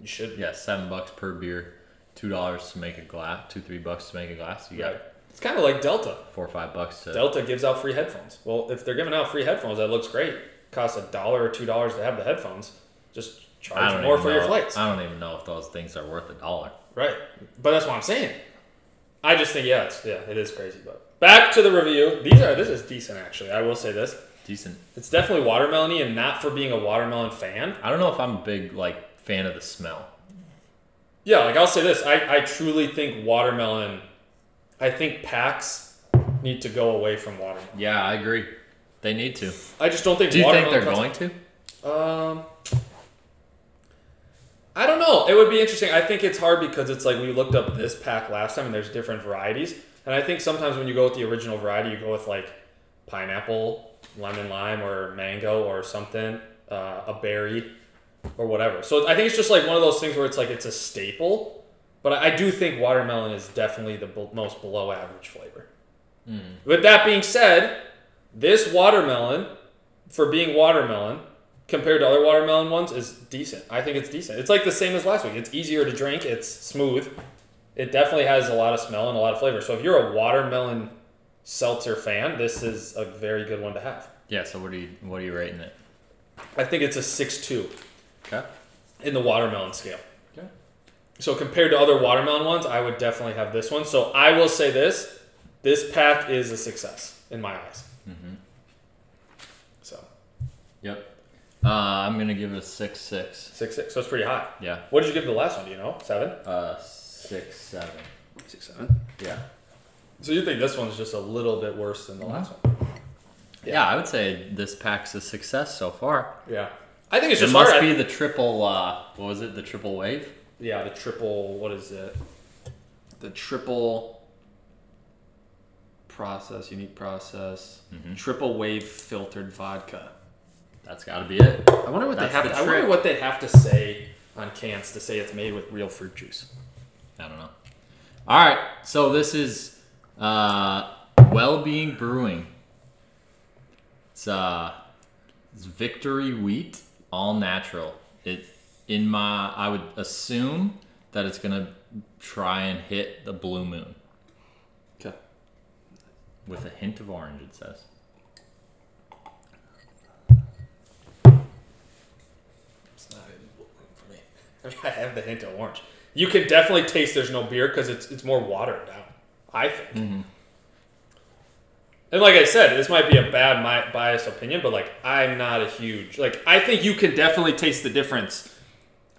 [SPEAKER 1] You should. be.
[SPEAKER 2] Yeah, seven bucks per beer, two dollars to make a glass, two three bucks to make a glass. You
[SPEAKER 1] Right.
[SPEAKER 2] got
[SPEAKER 1] It's kind of like Delta.
[SPEAKER 2] four or five bucks to.
[SPEAKER 1] Delta gives out free headphones. Well, if they're giving out free headphones, that looks great. Costs a dollar or two dollars to have the headphones. Just
[SPEAKER 2] I
[SPEAKER 1] charge
[SPEAKER 2] don't
[SPEAKER 1] more
[SPEAKER 2] even
[SPEAKER 1] for your
[SPEAKER 2] know-
[SPEAKER 1] flights.
[SPEAKER 2] I don't even know if those things are worth a dollar.
[SPEAKER 1] Right. But that's what I'm saying. I just think yeah, it's, yeah, it is crazy. But back to the review. These are this is decent actually. I will say this.
[SPEAKER 2] Decent.
[SPEAKER 1] It's definitely watermelony, and not for being a watermelon fan.
[SPEAKER 2] I don't know if I'm a big like fan of the smell.
[SPEAKER 1] Yeah, like I'll say this. I, I truly think watermelon. I think packs need to go away from watermelon.
[SPEAKER 2] Yeah, I agree. They need to.
[SPEAKER 1] I just don't think.
[SPEAKER 2] Do you think
[SPEAKER 1] watermelon
[SPEAKER 2] they're
[SPEAKER 1] comes-
[SPEAKER 2] going to?
[SPEAKER 1] Um, I don't know. It would be interesting. I think it's hard because it's like we looked up this pack last time, and there's different varieties. And I think sometimes when you go with the original variety, you go with like pineapple, lemon lime, or mango, or something, uh, a berry, or whatever. So I think it's just like one of those things where it's like it's a staple. But I I do think watermelon is definitely the b- most below average flavor. With that being said, this watermelon, for being watermelon, compared to other watermelon ones, is decent. I think it's decent. It's like the same as last week. It's easier to drink. It's smooth. It definitely has a lot of smell and a lot of flavor. So if you're a watermelon seltzer fan, this is a very good one to have.
[SPEAKER 2] Yeah. So what are you what are you rating it?
[SPEAKER 1] I think it's a six-two
[SPEAKER 2] Okay.
[SPEAKER 1] in the watermelon scale.
[SPEAKER 2] Okay.
[SPEAKER 1] So compared to other watermelon ones, I would definitely have this one. So I will say this: this pack is a success in my eyes. So
[SPEAKER 2] Yep. Uh, I'm gonna give it a six six.
[SPEAKER 1] six six. So it's pretty high.
[SPEAKER 2] Yeah.
[SPEAKER 1] What did you give the last one? Do you know? Seven.
[SPEAKER 2] Uh, six seven.
[SPEAKER 3] Six, seven.
[SPEAKER 2] Yeah.
[SPEAKER 1] So you think this one's just a little bit worse than the last one?
[SPEAKER 2] Yeah, I would say this pack's a success so far.
[SPEAKER 1] Yeah. I think it's
[SPEAKER 2] It
[SPEAKER 1] just
[SPEAKER 2] must
[SPEAKER 1] hard.
[SPEAKER 2] be the triple. Uh, what was it? The triple wave.
[SPEAKER 1] yeah, the triple. What is it?
[SPEAKER 3] The triple process, unique process,
[SPEAKER 1] Mm-hmm.
[SPEAKER 3] triple wave filtered vodka.
[SPEAKER 2] That's got to be it.
[SPEAKER 3] I wonder what
[SPEAKER 2] That's
[SPEAKER 3] they have.
[SPEAKER 2] the
[SPEAKER 3] I wonder
[SPEAKER 2] trick.
[SPEAKER 3] what.
[SPEAKER 1] What they have to say on cans to say it's made with real fruit juice.
[SPEAKER 2] I don't know. All right, so this is uh, Well-Being Brewing. It's uh, it's Victory Wheat, all natural. It in my I would assume that it's gonna try and hit the blue moon
[SPEAKER 3] Okay.
[SPEAKER 2] with a hint of orange. It says
[SPEAKER 3] It's not for me.
[SPEAKER 1] I have the hint of orange. You can definitely taste there's no beer because it's it's more watered down. I think.
[SPEAKER 2] Mm-hmm.
[SPEAKER 1] And like I said, this might be a bad my biased opinion, but like I'm not a huge like I think you can definitely taste the difference.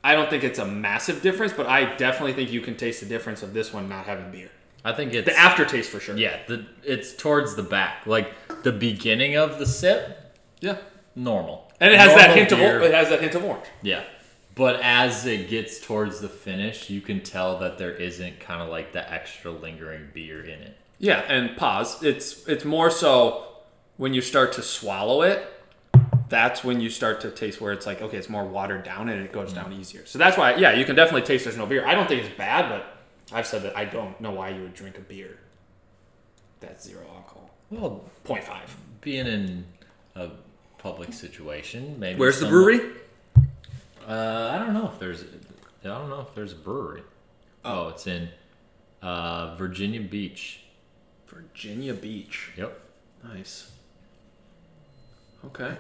[SPEAKER 1] I don't think it's a massive difference, but I definitely think you can taste the difference of this one not having beer.
[SPEAKER 2] I think it's
[SPEAKER 1] The aftertaste for sure.
[SPEAKER 2] yeah. The it's towards the back, like the beginning of the sip,
[SPEAKER 3] Yeah.
[SPEAKER 2] normal,
[SPEAKER 1] And it has that
[SPEAKER 2] Normal
[SPEAKER 1] hint of
[SPEAKER 2] beer.
[SPEAKER 1] of it has that hint of orange.
[SPEAKER 2] Yeah. But as it gets towards the finish, you can tell that there isn't kind of like the extra lingering beer in it.
[SPEAKER 1] Yeah, and pause.
[SPEAKER 3] It's it's more so when you start to swallow it, that's when you start to taste where it's like, okay, it's more watered down and it goes down easier. So that's why, yeah, you can definitely taste there's no beer. I don't think it's bad, but I've said that I don't know why you would drink a beer that's zero alcohol.
[SPEAKER 2] Well,
[SPEAKER 3] 0.5.
[SPEAKER 2] being in a public situation, maybe.
[SPEAKER 3] Where's the
[SPEAKER 2] someone-
[SPEAKER 3] brewery?
[SPEAKER 2] Uh, I don't know if there's. I don't know if there's a brewery. Oh, it's in uh, Virginia Beach.
[SPEAKER 3] Virginia Beach.
[SPEAKER 2] Yep.
[SPEAKER 3] Nice. Okay.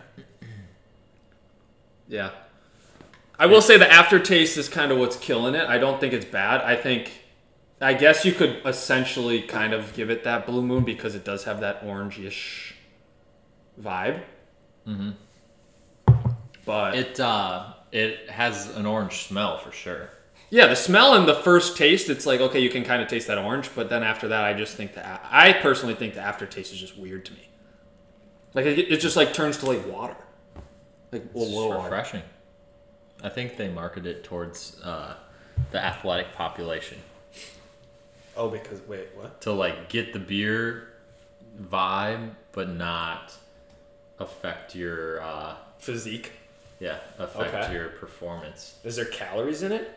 [SPEAKER 3] Yeah. I will say the aftertaste is kind of what's killing it. I don't think it's bad. I think, I guess you could essentially kind of give it that blue moon because it does have that orange-ish vibe. Mm-hmm. But
[SPEAKER 2] It uh, it has an orange smell for sure.
[SPEAKER 3] yeah, the smell and the first taste, it's like okay, you can kind of taste that orange, but then after that, I just think that I personally think the aftertaste is just weird to me. Like it, it just like turns to like water, like well,
[SPEAKER 2] It's
[SPEAKER 3] low water.
[SPEAKER 2] refreshing. I think they market it towards uh, the athletic population.
[SPEAKER 1] Oh, because wait, what?
[SPEAKER 2] to like get the beer vibe but not affect your uh
[SPEAKER 1] Physique.
[SPEAKER 2] yeah affect
[SPEAKER 1] Okay.
[SPEAKER 2] your performance
[SPEAKER 1] Is there calories in it?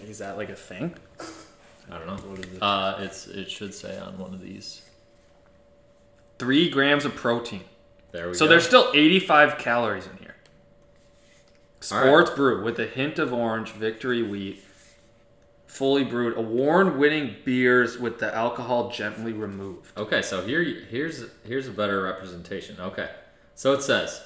[SPEAKER 1] Like, Is that like a thing?
[SPEAKER 2] i don't know
[SPEAKER 1] What is it?
[SPEAKER 2] uh it's it should say on one of these
[SPEAKER 3] Three grams of protein.
[SPEAKER 2] there we
[SPEAKER 3] So
[SPEAKER 2] go
[SPEAKER 3] there's still 85 calories in here.
[SPEAKER 2] All right.
[SPEAKER 3] Sports brew with a hint of orange, victory wheat, fully brewed, award-winning beers with the alcohol gently removed.
[SPEAKER 2] okay so here you- here's here's a better representation okay so it says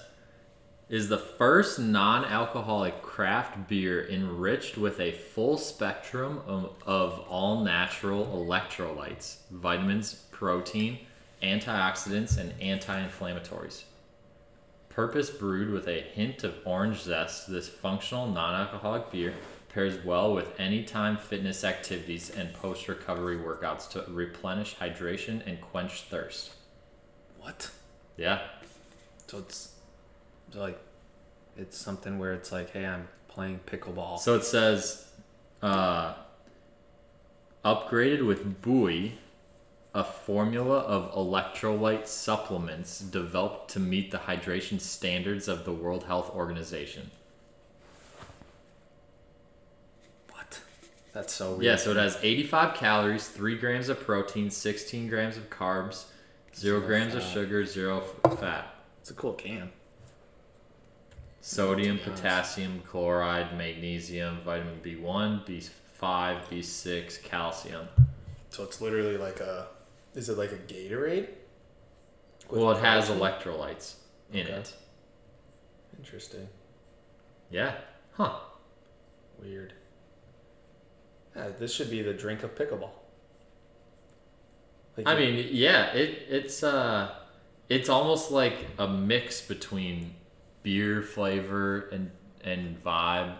[SPEAKER 2] is the first non-alcoholic craft beer enriched with a full spectrum of, of all-natural electrolytes vitamins protein antioxidants and anti-inflammatories purpose brewed with a hint of orange zest this functional non-alcoholic beer pairs well with anytime fitness activities and post-recovery workouts to replenish hydration and quench thirst
[SPEAKER 3] What?
[SPEAKER 2] yeah
[SPEAKER 3] So it's so like it's something where it's like, hey, I'm playing pickleball.
[SPEAKER 2] So it says, uh, upgraded with Buoy, a formula of electrolyte supplements developed to meet the hydration standards of the World Health Organization.
[SPEAKER 3] What? That's so weird.
[SPEAKER 2] Yeah, so it has 85 calories, 3 grams of protein, 16 grams of carbs, 0 grams of sugar, 0 f- fat.
[SPEAKER 3] It's a cool can.
[SPEAKER 2] Sodium, potassium, chloride, magnesium, vitamin B1, B5, B6, calcium.
[SPEAKER 1] So it's literally like a. Is it like a Gatorade?
[SPEAKER 2] Well, it has electrolytes in
[SPEAKER 1] Okay.
[SPEAKER 2] it.
[SPEAKER 1] Interesting.
[SPEAKER 2] Yeah. Huh.
[SPEAKER 1] Weird. Yeah, this should be the drink of pickleball. Like
[SPEAKER 2] I
[SPEAKER 1] you-
[SPEAKER 2] mean, yeah, it it's uh it's almost like a mix between beer flavor and and vibe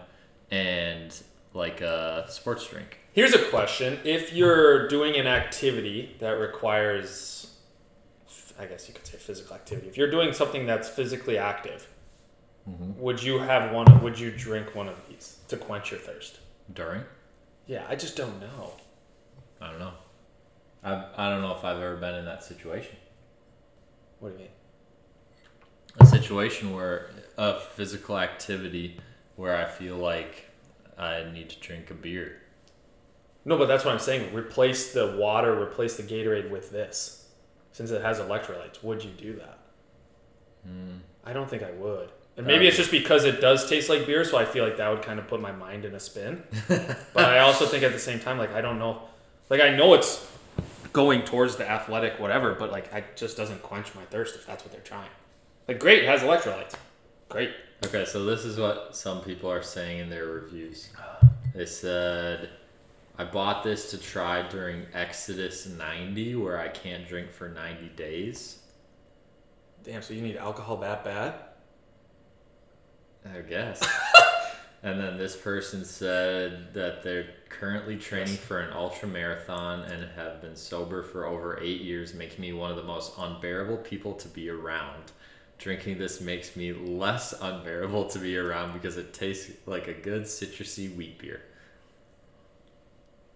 [SPEAKER 2] and like a sports drink.
[SPEAKER 1] here's a question: If you're doing an activity that requires, I guess you could say physical activity. If you're doing something that's physically active,
[SPEAKER 2] Mm-hmm.
[SPEAKER 1] would you have one? Would you drink one of these to quench your thirst?
[SPEAKER 2] During?
[SPEAKER 1] Yeah, I just don't know.
[SPEAKER 2] I don't know. I I don't know if I've ever been in that situation.
[SPEAKER 1] What do you mean?
[SPEAKER 2] A situation where a physical activity where I feel like I need to drink a beer.
[SPEAKER 1] No, but that's what I'm saying. Replace the water, replace the Gatorade with this. Since it has electrolytes, would you do that? I don't think I would. And maybe it's just because it does taste like beer, so I feel like that would kind of put my mind in a spin. but I also think at the same time, like I don't know, like I know it's going towards the athletic whatever, but like I just doesn't quench my thirst if that's what they're trying. Like great, it has electrolytes. Great.
[SPEAKER 2] Okay, so this is what some people are saying in their reviews. They said, I bought this to try during Exodus 90, where I can't drink for 90 days.
[SPEAKER 1] Damn. So you need alcohol that bad?
[SPEAKER 2] I guess. and then this person said that they're currently training for an ultra marathon and have been sober for over eight years, making me one of the most unbearable people to be around. Drinking this makes me less unbearable to be around because it tastes like a good citrusy wheat beer.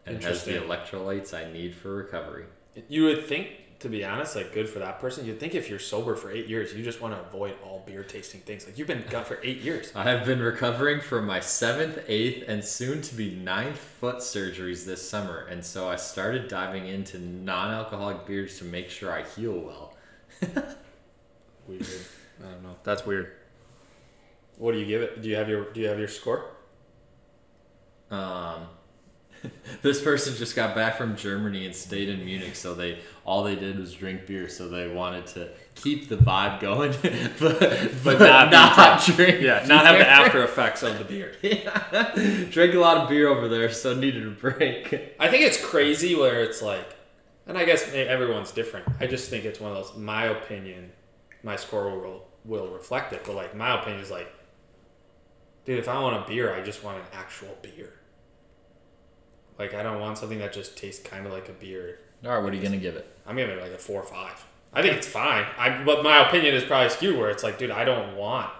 [SPEAKER 2] And has the
[SPEAKER 1] Interesting.
[SPEAKER 2] electrolytes I need for recovery.
[SPEAKER 1] You would think, to be honest, like good for that person. You'd think if you're sober for eight years, you just want to avoid all beer tasting things. Like you've been gut for eight years.
[SPEAKER 2] I have been recovering from my seventh, eighth, and soon to be ninth foot surgeries this summer, and so I started diving into non alcoholic beers to make sure I heal well.
[SPEAKER 1] Weird.
[SPEAKER 3] I don't know. That's weird.
[SPEAKER 1] What do you give it? Do you have your Do you have your score?
[SPEAKER 2] Um, this person just got back from Germany and stayed in Munich, so they all they did was drink beer, so they wanted to keep the vibe going, but, but,
[SPEAKER 3] not
[SPEAKER 2] not,
[SPEAKER 3] be
[SPEAKER 2] drink.
[SPEAKER 3] Yeah, not have the
[SPEAKER 2] beer.
[SPEAKER 3] after effects of the beer.
[SPEAKER 2] Yeah. Drank a lot of beer over there, so needed a break.
[SPEAKER 1] I think it's crazy where it's like, and I guess may- everyone's different. I just think it's one of those. My opinion, my score will will reflect it. But like my opinion is like, dude, if I want a beer, I just want an actual beer. Like I don't want something that just tastes kind of like a beer.
[SPEAKER 2] All right, what are you gonna give it?
[SPEAKER 1] I'm giving it like a four or five. I think it's fine. I but my opinion is probably skewed where it's like, dude, I don't want.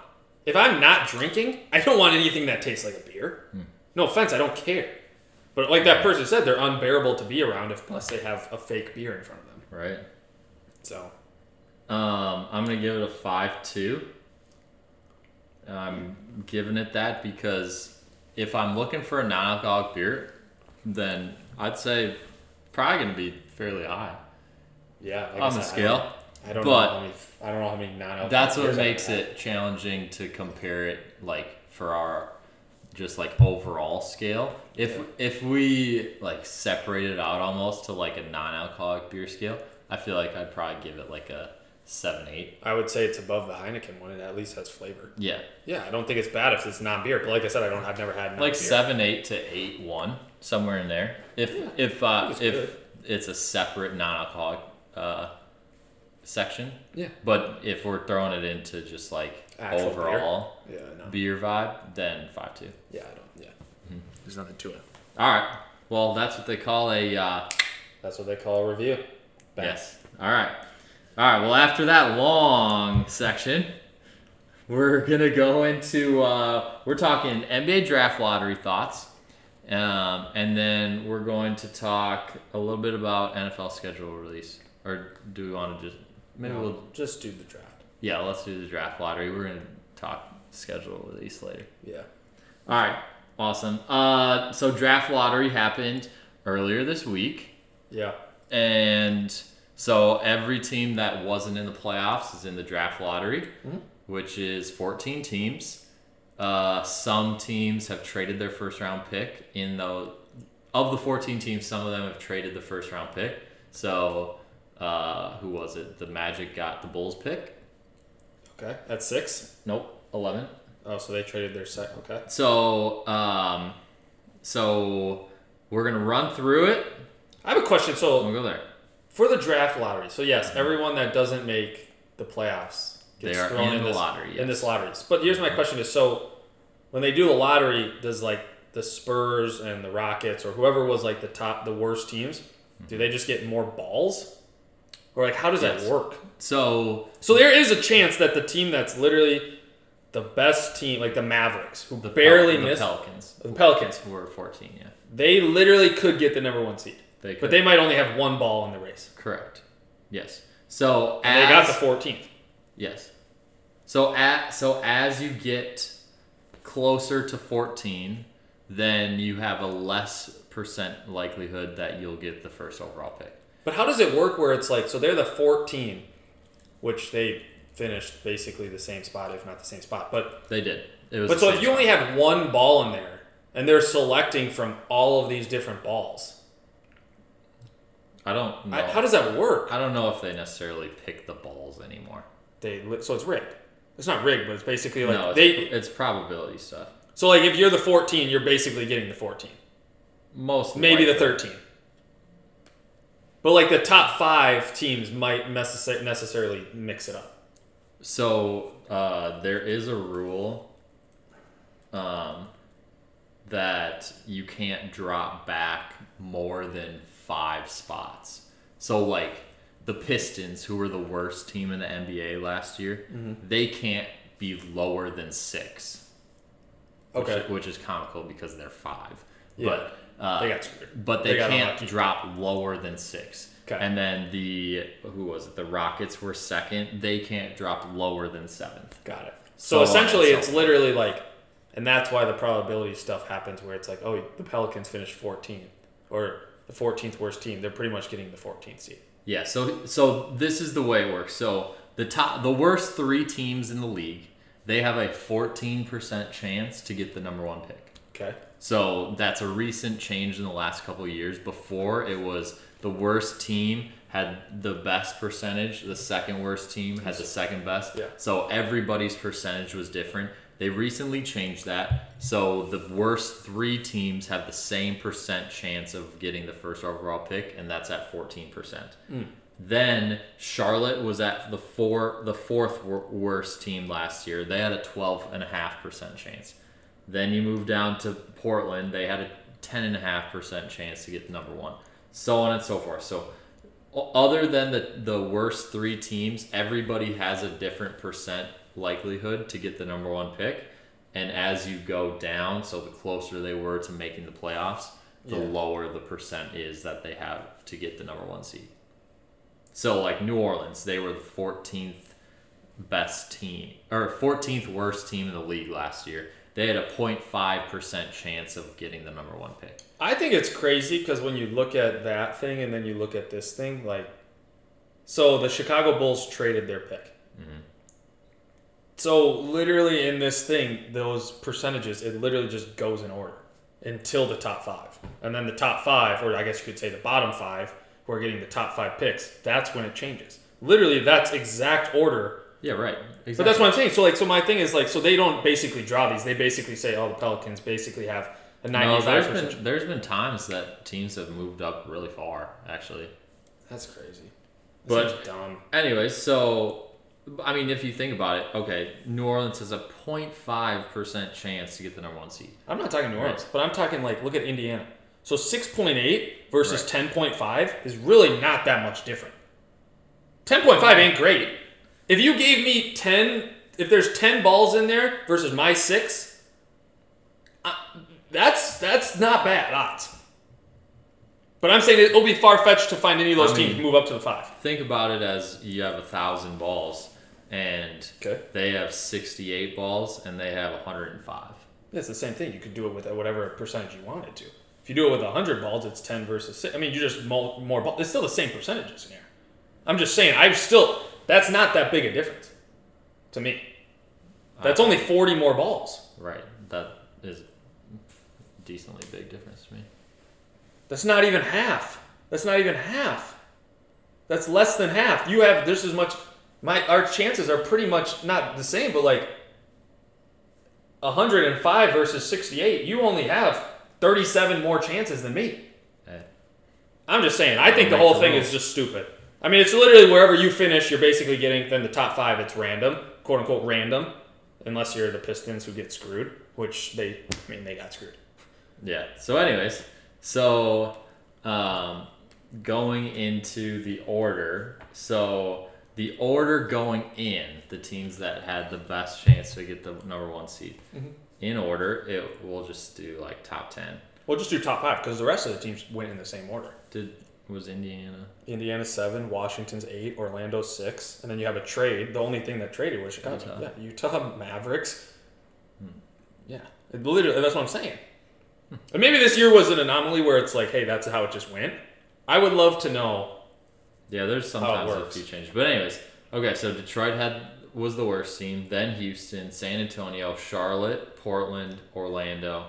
[SPEAKER 1] If I'm not drinking, I don't want anything that tastes like a beer.
[SPEAKER 2] Hmm.
[SPEAKER 1] No offense, I don't care. But like that person said, they're unbearable to be around if plus they have a fake beer in front of them.
[SPEAKER 2] Right.
[SPEAKER 1] So
[SPEAKER 2] Um, I'm gonna give it a five two. I'm giving it that because if I'm looking for a non-alcoholic beer, then I'd say probably gonna be fairly high
[SPEAKER 1] yeah, like I
[SPEAKER 2] on the
[SPEAKER 1] said,
[SPEAKER 2] scale.
[SPEAKER 1] I don't, I don't
[SPEAKER 2] but-
[SPEAKER 1] know how many. I don't know how many non.
[SPEAKER 2] That's what makes it challenging to compare it like for our just like overall scale. If if we like separate it out almost to like a non-alcoholic beer scale, I feel like I'd probably give it like a seven eight.
[SPEAKER 1] I would say it's above the Heineken one. It at least has flavor.
[SPEAKER 2] Yeah.
[SPEAKER 1] Yeah, I don't think it's bad if it's non beer. But like I said, I don't. I've never had
[SPEAKER 2] like
[SPEAKER 1] non-beer.
[SPEAKER 2] seven eight to eight one somewhere in there if if uh,
[SPEAKER 1] think
[SPEAKER 2] if
[SPEAKER 1] it's
[SPEAKER 2] it's a separate non-alcoholic uh, section
[SPEAKER 1] Yeah.
[SPEAKER 2] but if we're throwing it into just like
[SPEAKER 1] Actual beer.
[SPEAKER 2] overall
[SPEAKER 1] Yeah. No.
[SPEAKER 2] beer. vibe then five two
[SPEAKER 1] Yeah. I don't. Yeah.
[SPEAKER 2] Hmm.
[SPEAKER 3] There's nothing to it.
[SPEAKER 2] all right well that's what they call a uh,
[SPEAKER 1] That's what they call a review. Back.
[SPEAKER 2] yes all right all right well after that long section we're gonna go into uh, we're talking NBA draft lottery thoughts, um, and then we're going to talk a little bit about NFL schedule release. Or do we want to just maybe
[SPEAKER 1] No,
[SPEAKER 2] we'll
[SPEAKER 1] just do the draft.
[SPEAKER 2] yeah let's do the draft lottery. We're gonna talk schedule release later.
[SPEAKER 1] Yeah.
[SPEAKER 2] All right, awesome. Uh, so draft lottery happened earlier this week.
[SPEAKER 1] Yeah.
[SPEAKER 2] And so every team that wasn't in the playoffs is in the draft lottery,
[SPEAKER 1] Hmm.
[SPEAKER 2] which is 14 teams. Uh, some teams have traded their first round pick in the of the 14 teams, some of them have traded the first round pick. So uh, who was it? The Magic got the Bulls pick.
[SPEAKER 1] Okay. At six.
[SPEAKER 2] Nope, 11.
[SPEAKER 1] Oh, so they traded their set. Okay.
[SPEAKER 2] So um, so we're gonna run through it.
[SPEAKER 1] I have a question. So
[SPEAKER 2] We'll go there.
[SPEAKER 1] for the draft lottery, so yes, everyone that doesn't make the playoffs gets
[SPEAKER 2] Mm-hmm. They are
[SPEAKER 1] thrown
[SPEAKER 2] in
[SPEAKER 1] in,
[SPEAKER 2] the
[SPEAKER 1] this,
[SPEAKER 2] lottery, Mm-hmm.
[SPEAKER 1] In this lottery. But here's my question: Is so when they do the lottery, does like the Spurs and the Rockets or whoever was like the top, the worst teams, do they just get more balls, or like how does
[SPEAKER 2] Mm-hmm. Yes.
[SPEAKER 1] that work?
[SPEAKER 2] So
[SPEAKER 1] So there is a chance that the team that's literally the best team, like the Mavericks, who
[SPEAKER 2] the Pel-
[SPEAKER 1] barely
[SPEAKER 2] the
[SPEAKER 1] missed
[SPEAKER 2] Pelicans.
[SPEAKER 1] the Pelicans,
[SPEAKER 2] We're 14, yeah.
[SPEAKER 1] They literally could get the number one seed,
[SPEAKER 2] They could.
[SPEAKER 1] but they might only have one ball in the race.
[SPEAKER 2] correct. Yes. So
[SPEAKER 1] And
[SPEAKER 2] as
[SPEAKER 1] they got the 14th.
[SPEAKER 2] yes. So at so as you get closer to 14, then you have a less percent likelihood that you'll get the first overall pick.
[SPEAKER 1] But how does it work where it's like, so they're the 14, which they finished basically the same spot, if not the same spot. But
[SPEAKER 2] They did. It was
[SPEAKER 1] but
[SPEAKER 2] the
[SPEAKER 1] so if
[SPEAKER 2] same
[SPEAKER 1] you only have one ball in there, and they're selecting from all of these different balls,
[SPEAKER 2] I don't know.
[SPEAKER 1] I, how does that work?
[SPEAKER 2] I don't know if they necessarily pick the balls anymore.
[SPEAKER 1] They li- so it's rigged. It's not rigged, but it's basically like
[SPEAKER 2] no, it's,
[SPEAKER 1] they.
[SPEAKER 2] it's probability stuff.
[SPEAKER 1] So like if you're the 14, you're basically getting the 14,
[SPEAKER 2] Most
[SPEAKER 1] maybe the
[SPEAKER 2] likely.
[SPEAKER 1] 13. But like the top five teams might necessar- necessarily mix it up.
[SPEAKER 2] So uh, there is a rule um, that you can't drop back more than five spots. So like the Pistons, who were the worst team in the NBA last year, they can't be lower than six. Which,
[SPEAKER 1] Okay.
[SPEAKER 2] which is comical because they're five.
[SPEAKER 1] Yeah.
[SPEAKER 2] But uh,
[SPEAKER 1] They got screwed.
[SPEAKER 2] but they,
[SPEAKER 1] They got
[SPEAKER 2] can't
[SPEAKER 1] unlucky.
[SPEAKER 2] drop lower than six.
[SPEAKER 1] 'Kay.
[SPEAKER 2] And then the who was it? The Rockets were second. They can't drop lower than seventh.
[SPEAKER 1] Got it.
[SPEAKER 2] So
[SPEAKER 1] So,
[SPEAKER 2] on and
[SPEAKER 1] essentially,
[SPEAKER 2] so
[SPEAKER 1] it's literally like, and that's why the probability stuff happens where it's like, oh, the Pelicans finished 14 or the 14th worst team. They're pretty much getting the 14th seed.
[SPEAKER 2] Yeah. So so this is the way it works. So the top, the worst three teams in the league, they have a fourteen percent chance to get the number one pick.
[SPEAKER 1] Okay.
[SPEAKER 2] So that's a recent change in the last couple of years. Before it was the worst team had the best percentage, the second worst team had the second best.
[SPEAKER 1] Yeah.
[SPEAKER 2] So everybody's percentage was different. They recently changed that. So the worst three teams have the same percent chance of getting the first overall pick, and that's at 14%. Then Charlotte was at the four, the fourth wor- worst team last year. They had a 12.5% chance. Then you move down to Portland. They had a 10.5% chance to get the number one. So on and so forth. So, o- other than the, the worst three teams, everybody has a different percent likelihood to get the number one pick. And as you go down, so the closer they were to making the playoffs, the
[SPEAKER 1] Yeah.
[SPEAKER 2] lower the percent is that they have to get the number one seed. So, like New Orleans, they were the 14th best team or 14th worst team in the league last year. They had a 0.5% chance of getting the number one pick.
[SPEAKER 1] I think it's crazy because when you look at that thing and then you look at this thing, like, so the Chicago Bulls traded their pick.
[SPEAKER 2] Mm-hmm.
[SPEAKER 1] So literally in this thing, those percentages, it literally just goes in order until the top five, and then the top five, or I guess you could say the bottom five, who are getting the top five picks. That's when it changes. Literally, that's exact order
[SPEAKER 2] Yeah, right.
[SPEAKER 1] but that's what I'm saying. So like, so my thing is like, so they don't basically draw these. They basically say, oh, the Pelicans basically have a
[SPEAKER 2] No, there's
[SPEAKER 1] 95. percent
[SPEAKER 2] been there's been times that teams have moved up really far, actually.
[SPEAKER 1] That's crazy. That
[SPEAKER 2] But-
[SPEAKER 1] seems dumb.
[SPEAKER 2] Anyways, so I mean, if you think about it, okay, New Orleans has a 0.5% chance to get the number one seed.
[SPEAKER 1] I'm not talking New Orleans, but I'm talking like, look at Indiana. So 6.8 versus 10.5 is really not that much different. 10.5 ain't great. If you gave me 10, if there's 10 balls in there versus my six, I, that's that's not bad odds. But I'm saying it'll be far fetched to find any of those
[SPEAKER 2] I
[SPEAKER 1] teams
[SPEAKER 2] mean-
[SPEAKER 1] move up to the five.
[SPEAKER 2] Think about it as you have a thousand balls, and
[SPEAKER 1] Okay.
[SPEAKER 2] they have 68 balls, and they have 105.
[SPEAKER 1] It's the same thing. You could do it with whatever percentage you wanted to. If you do it with 100 balls, it's 10 versus 6. I mean, you just more, more balls. It's still the same percentages in here. I'm just saying, I'm still, that's not that big a difference to me. That's only 40 more balls.
[SPEAKER 2] Right. That is decently big difference to me.
[SPEAKER 1] That's not even half. That's not even half. That's less than half. You have this as much. My our chances are pretty much not the same, but like 105 versus 68. You only have 37 more chances than me.
[SPEAKER 2] Eh,
[SPEAKER 1] I'm just saying. I think the
[SPEAKER 2] Make
[SPEAKER 1] whole
[SPEAKER 2] the
[SPEAKER 1] thing
[SPEAKER 2] rules.
[SPEAKER 1] is just stupid. I mean, it's literally wherever you finish, you're basically getting then the top five. It's random, quote unquote random, unless you're the Pistons who get screwed, which they, I mean, they got screwed.
[SPEAKER 2] Yeah. So, anyways, so um, going into the order, so the order going in, the teams that had the best chance to get the number one seed. In order, it we'll just do like top ten.
[SPEAKER 1] We'll just do top five because the rest of the teams went in the same order.
[SPEAKER 2] Did was Indiana?
[SPEAKER 1] Indiana seven, Washington's eight, Orlando six, and then you have a trade. The only thing that traded was Chicago.
[SPEAKER 2] Utah.
[SPEAKER 1] Yeah, Utah Hmm. Mavericks. Yeah, it literally. That's what I'm saying. And maybe this year was an anomaly where it's like, hey, that's how it just went. I would love to know
[SPEAKER 2] Yeah, there's sometimes a
[SPEAKER 1] works.
[SPEAKER 2] few changes, but anyways, okay. So Detroit had was the worst team. Then Houston, San Antonio, Charlotte, Portland, Orlando.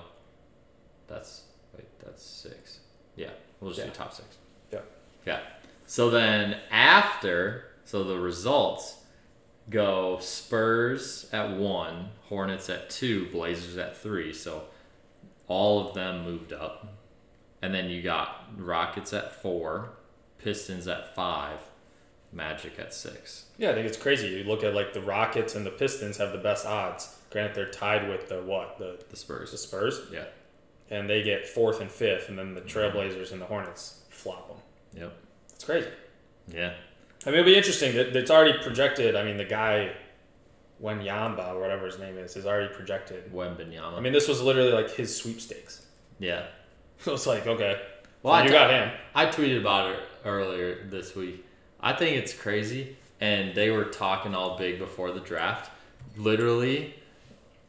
[SPEAKER 2] That's wait, that's six. Yeah, we'll just
[SPEAKER 1] Yeah.
[SPEAKER 2] do top six.
[SPEAKER 1] Yeah.
[SPEAKER 2] Yeah. So then after, so the results go Spurs at one, Hornets at two, Blazers at three. So all of them moved up. And then you got Rockets at four, Pistons at five, Magic at six.
[SPEAKER 1] Yeah, I think it's crazy. You look at like the Rockets and the Pistons have the best odds. Granted, they're tied with the what the,
[SPEAKER 2] The
[SPEAKER 1] the
[SPEAKER 2] Spurs.
[SPEAKER 1] Spurs,
[SPEAKER 2] Yeah.
[SPEAKER 1] and they get fourth and fifth, and then the Trailblazers and the Hornets flop them.
[SPEAKER 2] Yep.
[SPEAKER 1] It's crazy.
[SPEAKER 2] Yeah.
[SPEAKER 1] I mean, it'll be interesting. That that's already projected. I mean, the guy, Wenyamba or whatever his name is, is already projected.
[SPEAKER 2] Wembenyama.
[SPEAKER 1] I mean, this was literally like his sweepstakes.
[SPEAKER 2] yeah.
[SPEAKER 1] So it's like, okay,
[SPEAKER 2] Well, I
[SPEAKER 1] you
[SPEAKER 2] t-
[SPEAKER 1] got him.
[SPEAKER 2] I tweeted about it earlier this week. I think it's crazy, and they were talking all big before the draft. Literally,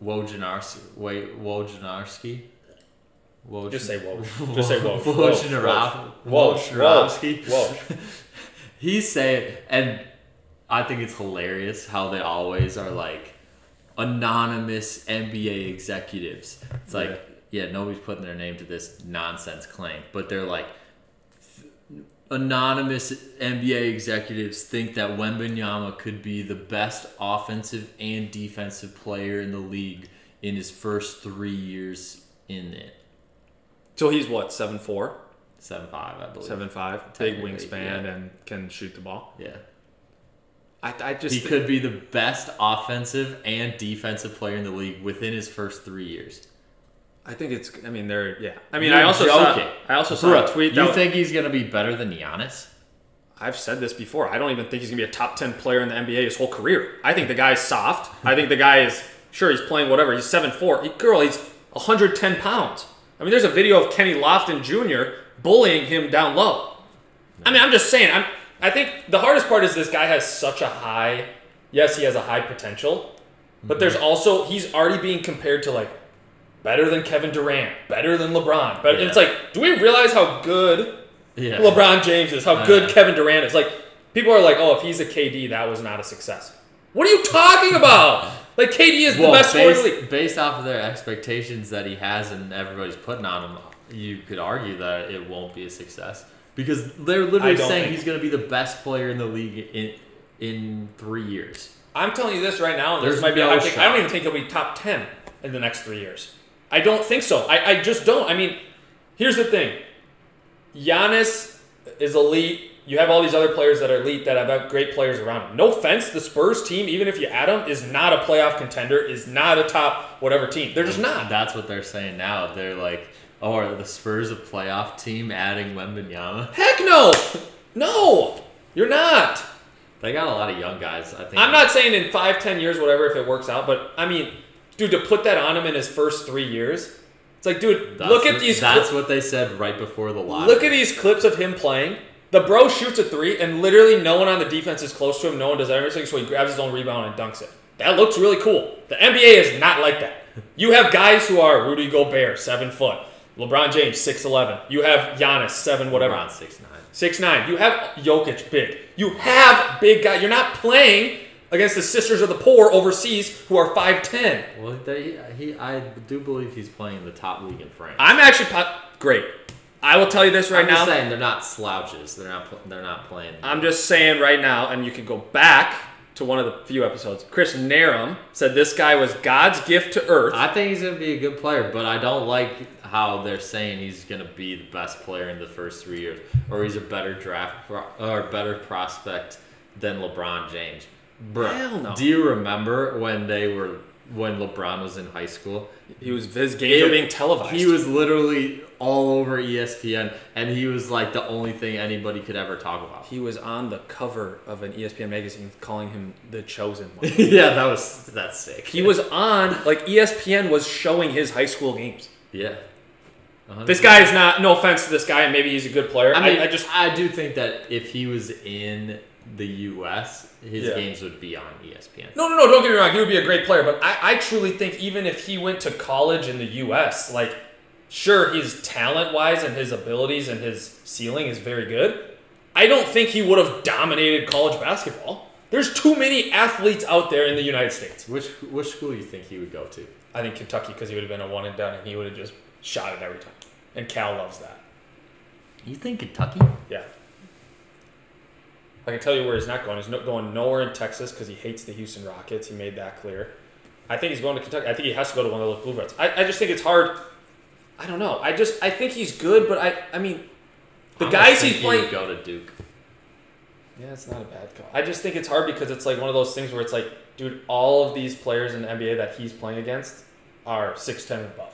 [SPEAKER 2] Wojnarowski. Wait, Wojnarowski. Woj-
[SPEAKER 1] Just say Woj. Just say Woj.
[SPEAKER 2] Wojnarowski.
[SPEAKER 1] Woj.
[SPEAKER 2] Wojnarowski.
[SPEAKER 1] Woj.
[SPEAKER 2] He's saying, and I think it's hilarious how they always are like anonymous NBA executives. It's like, yeah, nobody's putting their name to this nonsense claim, but they're like, anonymous NBA executives think that Wembenyama could be the best offensive and defensive player in the league in his first three years in it.
[SPEAKER 3] So he's what seven four,
[SPEAKER 2] Seven five, I believe.
[SPEAKER 3] seven five, big
[SPEAKER 2] Technically,
[SPEAKER 3] wingspan,
[SPEAKER 2] yeah.
[SPEAKER 3] and can shoot the ball.
[SPEAKER 2] Yeah.
[SPEAKER 3] I, I just
[SPEAKER 2] He could be the best offensive and defensive player in the league within his first three years.
[SPEAKER 3] I think it's. I mean, they're. Yeah. I mean,
[SPEAKER 2] You're
[SPEAKER 3] I also
[SPEAKER 2] joking.
[SPEAKER 3] saw. I also saw
[SPEAKER 2] Bro,
[SPEAKER 3] a tweet. That
[SPEAKER 2] you
[SPEAKER 3] was-
[SPEAKER 2] think he's gonna be better than Giannis?
[SPEAKER 3] I've said this before. I don't even think he's gonna be a top ten player in the NBA his whole career. I think the guy's soft. I think the guy is sure he's playing whatever. He's seven four. He, girl, he's 110 pounds. I mean, there's a video of Kenny Lofton Jr. bullying him down low. I mean, I'm just saying. I'm.
[SPEAKER 1] I think the hardest part is this guy has such a high. Yes, he has a high potential, but there's also he's already being compared to like better than Kevin Durant, better than LeBron. But
[SPEAKER 2] Yeah.
[SPEAKER 1] it's like, do we realize how good
[SPEAKER 2] Yeah.
[SPEAKER 1] LeBron James is? How
[SPEAKER 2] I
[SPEAKER 1] good
[SPEAKER 2] know.
[SPEAKER 1] Kevin Durant is? Like people are like, oh, if he's a KD, that was not a success. What are you talking about? Like KD is
[SPEAKER 2] Well,
[SPEAKER 1] the best scorer in the league.
[SPEAKER 2] based, based off of their expectations that he has and everybody's putting on him, you could argue that it won't be a success because they're
[SPEAKER 1] I
[SPEAKER 2] literally
[SPEAKER 1] don't
[SPEAKER 2] saying
[SPEAKER 1] think-
[SPEAKER 2] he's gonna be the best player in the league in in three years.
[SPEAKER 1] I'm telling you this right now, and this
[SPEAKER 2] There's
[SPEAKER 1] might be a
[SPEAKER 2] no
[SPEAKER 1] hot take.
[SPEAKER 2] shot.
[SPEAKER 1] I don't even think he'll be top ten in the next three years. I don't think so. I, I just don't. I mean, here's the thing. Giannis is elite. You have all these other players that are elite that have great players around him. No offense, the Spurs team, even if you add them, is not a playoff contender, is not a top whatever team. They're just not.
[SPEAKER 2] That's what they're saying now. They're like, "Oh, are the Spurs a playoff team adding Wembenyama?"
[SPEAKER 1] Heck no! No! You're not!
[SPEAKER 2] They got a lot of young guys. I think
[SPEAKER 1] I'm not saying in five, ten years, whatever, if it works out, but I mean, dude, to put that on him in his first three years, it's like, dude,
[SPEAKER 2] That's
[SPEAKER 1] look at
[SPEAKER 2] what-
[SPEAKER 1] these.
[SPEAKER 2] That's what they said right before the lottery.
[SPEAKER 1] Look at these clips of him playing. The bro shoots a three, and literally no one on the defense is close to him. No one does everything, so he grabs his own rebound and dunks it. That looks really cool. The NBA is not like that. You have guys who are Rudy Gobert, seven foot, LeBron James, six eleven. You have Giannis, seven whatever.
[SPEAKER 2] LeBron six nine.
[SPEAKER 1] Six nine. You have Jokic big. You have big guy. You're not playing against the sisters of the poor overseas who are five ten.
[SPEAKER 2] Well, they, he I do believe he's playing in the top league in France.
[SPEAKER 1] I'm actually pop- great. I will tell you this right
[SPEAKER 2] I'm
[SPEAKER 1] now.
[SPEAKER 2] just saying they're not slouches. They're not. pl- They're not playing.
[SPEAKER 3] I'm just saying right now, and you can go back to one of the few episodes. Chris Narum said this guy was God's gift to earth.
[SPEAKER 2] I think he's gonna be a good player, but I don't like how they're saying he's gonna be the best player in the first three years, or he's a better draft pro- or better prospect than LeBron James. Bro,
[SPEAKER 3] Hell no.
[SPEAKER 2] do you remember when they were when LeBron was in high school?
[SPEAKER 3] he was his games were
[SPEAKER 2] It-
[SPEAKER 3] being televised.
[SPEAKER 2] He was literally all over E ESPN, and he was like the only thing anybody could ever talk about.
[SPEAKER 3] He was on the cover of an E ESPN magazine calling him the chosen one.
[SPEAKER 2] yeah, that was that's sick.
[SPEAKER 3] he was on like
[SPEAKER 1] E
[SPEAKER 3] ESPN was showing his high school games.
[SPEAKER 2] yeah. 100%.
[SPEAKER 1] This guy is not. No offense to this guy, and maybe he's a good player.
[SPEAKER 2] I mean, I,
[SPEAKER 1] just
[SPEAKER 2] just I do think that if he was in the U.S., his
[SPEAKER 1] Yeah.
[SPEAKER 2] games would be on E ESPN.
[SPEAKER 1] no, no, no. Don't get me wrong. He would be a great player, but I, I truly think even if he went to college in the U.S., like, sure, his talent wise and his abilities and his ceiling is very good. I don't think he would have dominated college basketball. There's too many athletes out there in the United States.
[SPEAKER 4] Which which school do you think he would go to?
[SPEAKER 1] I think Kentucky, because he would have been a one and done, and he would have just shot it every time. And Cal loves that.
[SPEAKER 2] You think Kentucky?
[SPEAKER 1] Yeah. I can tell you where he's not going. He's not going nowhere in Texas because he hates the Houston Rockets. He made that clear. I think he's going to Kentucky. I think he has to go to one of those blue bloods. I, I just think it's hard. I don't know. I just I think he's good, but I I mean, the
[SPEAKER 2] I
[SPEAKER 1] guys
[SPEAKER 2] almost
[SPEAKER 1] he's
[SPEAKER 2] think he
[SPEAKER 1] playing.
[SPEAKER 2] would go to Duke.
[SPEAKER 1] Yeah, it's not a bad call. I just think it's hard because it's like one of those things where it's like, dude, all of these players in the NBA that he's playing against are six ten and above.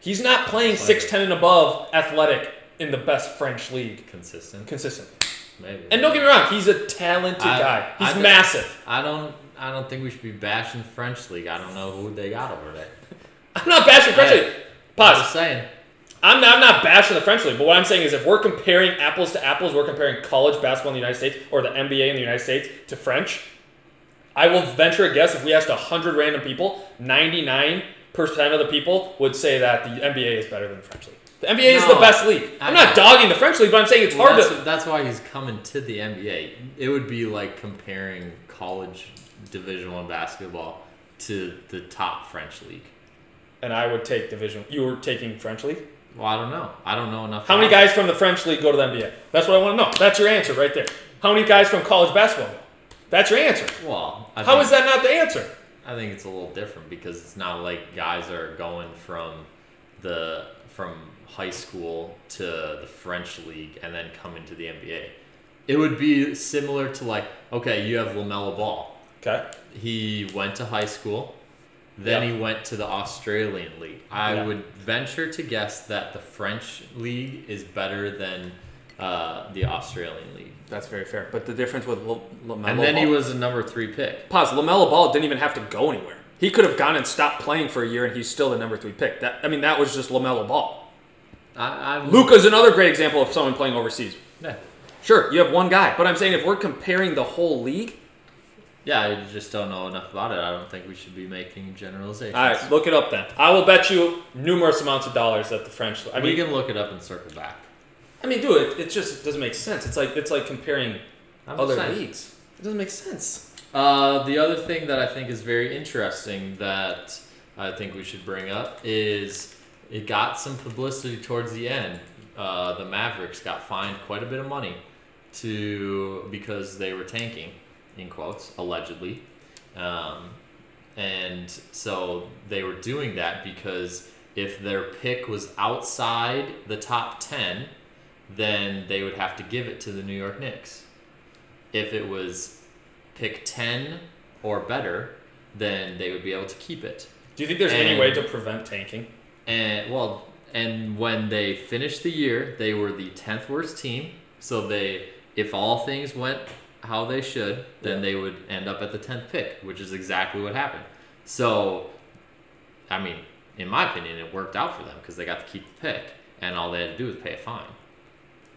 [SPEAKER 1] He's not playing six ten and above athletic in the best French league
[SPEAKER 2] Consistent,
[SPEAKER 1] consistently.
[SPEAKER 2] maybe.
[SPEAKER 1] And don't get me wrong, he's a talented
[SPEAKER 2] I-
[SPEAKER 1] guy.
[SPEAKER 2] I
[SPEAKER 1] He's
[SPEAKER 2] don't-
[SPEAKER 1] massive.
[SPEAKER 2] I don't. I don't think we should be bashing French league. I don't know who they got over there.
[SPEAKER 1] I'm not bashing French
[SPEAKER 2] Hey.
[SPEAKER 1] league.
[SPEAKER 2] I'm
[SPEAKER 1] Pause.
[SPEAKER 2] just saying.
[SPEAKER 1] I'm not, I'm not bashing the French league, but what I'm saying is if we're comparing apples to apples, we're comparing college basketball in the United States or the NBA in the United States to French. I will venture a guess if we asked 100 random people, 99% of the people would say that the NBA is better than the French league. The NBA is
[SPEAKER 2] No.
[SPEAKER 1] the best league. I'm
[SPEAKER 2] I
[SPEAKER 1] not
[SPEAKER 2] know.
[SPEAKER 1] dogging the French league, but I'm saying it's
[SPEAKER 2] Well,
[SPEAKER 1] hard
[SPEAKER 2] that's,
[SPEAKER 1] to.
[SPEAKER 2] that's why he's coming to the NBA. It would be like comparing college Division One basketball to the top French league.
[SPEAKER 1] And I would take division. You were taking French league?
[SPEAKER 2] Well, I don't know. I don't know enough.
[SPEAKER 1] How many
[SPEAKER 2] about it.
[SPEAKER 1] guys from the French league go to the NBA? That's what I want to know. That's your answer right there. How many guys from college basketball go? That's your answer.
[SPEAKER 2] Well, I
[SPEAKER 1] How
[SPEAKER 2] think-
[SPEAKER 1] is that not the answer?
[SPEAKER 2] I think it's a little different because it's not like guys are going from the from high school to the French league and then coming to the NBA. It would be similar to like, okay, you have Lamella Ball.
[SPEAKER 1] Okay.
[SPEAKER 2] He went to high school, then
[SPEAKER 1] Yeah.
[SPEAKER 2] he went to the Australian league. I
[SPEAKER 1] Yeah.
[SPEAKER 2] would venture to guess that the French league is better than uh, the Australian league.
[SPEAKER 3] That's very fair. But the difference with L- Lamelo
[SPEAKER 2] And then
[SPEAKER 3] Ball,
[SPEAKER 2] he was a number three pick.
[SPEAKER 3] pause. Lamelo Ball didn't even have to go anywhere. He could have gone and stopped playing for a year, and he's still the number three pick. That I mean, that was just Lamelo Ball.
[SPEAKER 2] I, I'm
[SPEAKER 3] Luca's another great example of someone playing overseas.
[SPEAKER 2] Yeah.
[SPEAKER 3] Sure, you have one guy, but I'm saying if we're comparing the whole league,
[SPEAKER 2] Yeah, I just don't know enough about it. I don't think we should be making generalizations.
[SPEAKER 1] All right, look it up then. I will bet you numerous amounts of dollars that the French. I
[SPEAKER 2] we
[SPEAKER 1] mean,
[SPEAKER 2] can look it up and circle back.
[SPEAKER 1] I mean, dude, it, it just doesn't make sense. It's like it's like comparing
[SPEAKER 2] I'm
[SPEAKER 1] other
[SPEAKER 2] just saying.
[SPEAKER 1] leagues. It doesn't make sense.
[SPEAKER 2] Uh, the other thing that I think is very interesting that I think we should bring up is it got some publicity towards the end. Uh, the Mavericks got fined quite a bit of money to because they were tanking, in quotes, allegedly. Um, and so they were doing that because if their pick was outside the top 10, then they would have to give it to the New York Knicks. If it was pick 10 or better, then they would be able to keep it.
[SPEAKER 1] Do you think there's any
[SPEAKER 2] And-
[SPEAKER 1] way to prevent tanking?
[SPEAKER 2] And well, and when they finished the year, they were the 10th worst team. So they if all things went how they should, then they would end up at the 10th pick, which is exactly what happened. So I mean, in my opinion, it worked out for them because they got to keep the pick and all they had to do was pay a fine.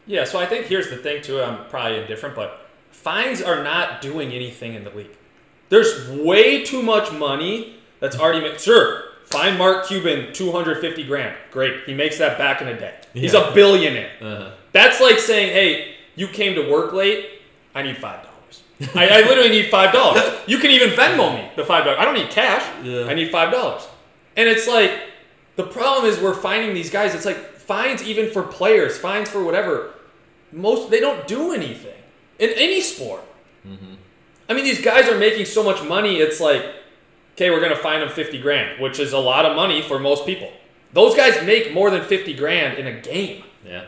[SPEAKER 1] Yeah. So I think here's the thing too. I'm probably indifferent, but fines are not doing anything in the league. There's way too much money that's already made. Sure, fine Mark Cuban 250 grand. Great, he makes that back in a day. He's
[SPEAKER 2] Yeah.
[SPEAKER 1] a billionaire.
[SPEAKER 2] Uh,
[SPEAKER 1] That's like saying, hey, you came to work late. I need five dollars. I, I literally need five dollars. You can even Venmo me the five dollars. I don't need cash.
[SPEAKER 2] Yeah.
[SPEAKER 1] I need five dollars. And it's like the problem is we're finding these guys. It's like fines even for players, fines for whatever. Most they don't do anything in any sport. I mean, these guys are making so much money. It's like, okay, we're gonna fine them fifty grand, which is a lot of money for most people. Those guys make more than fifty grand in a game.
[SPEAKER 2] yeah.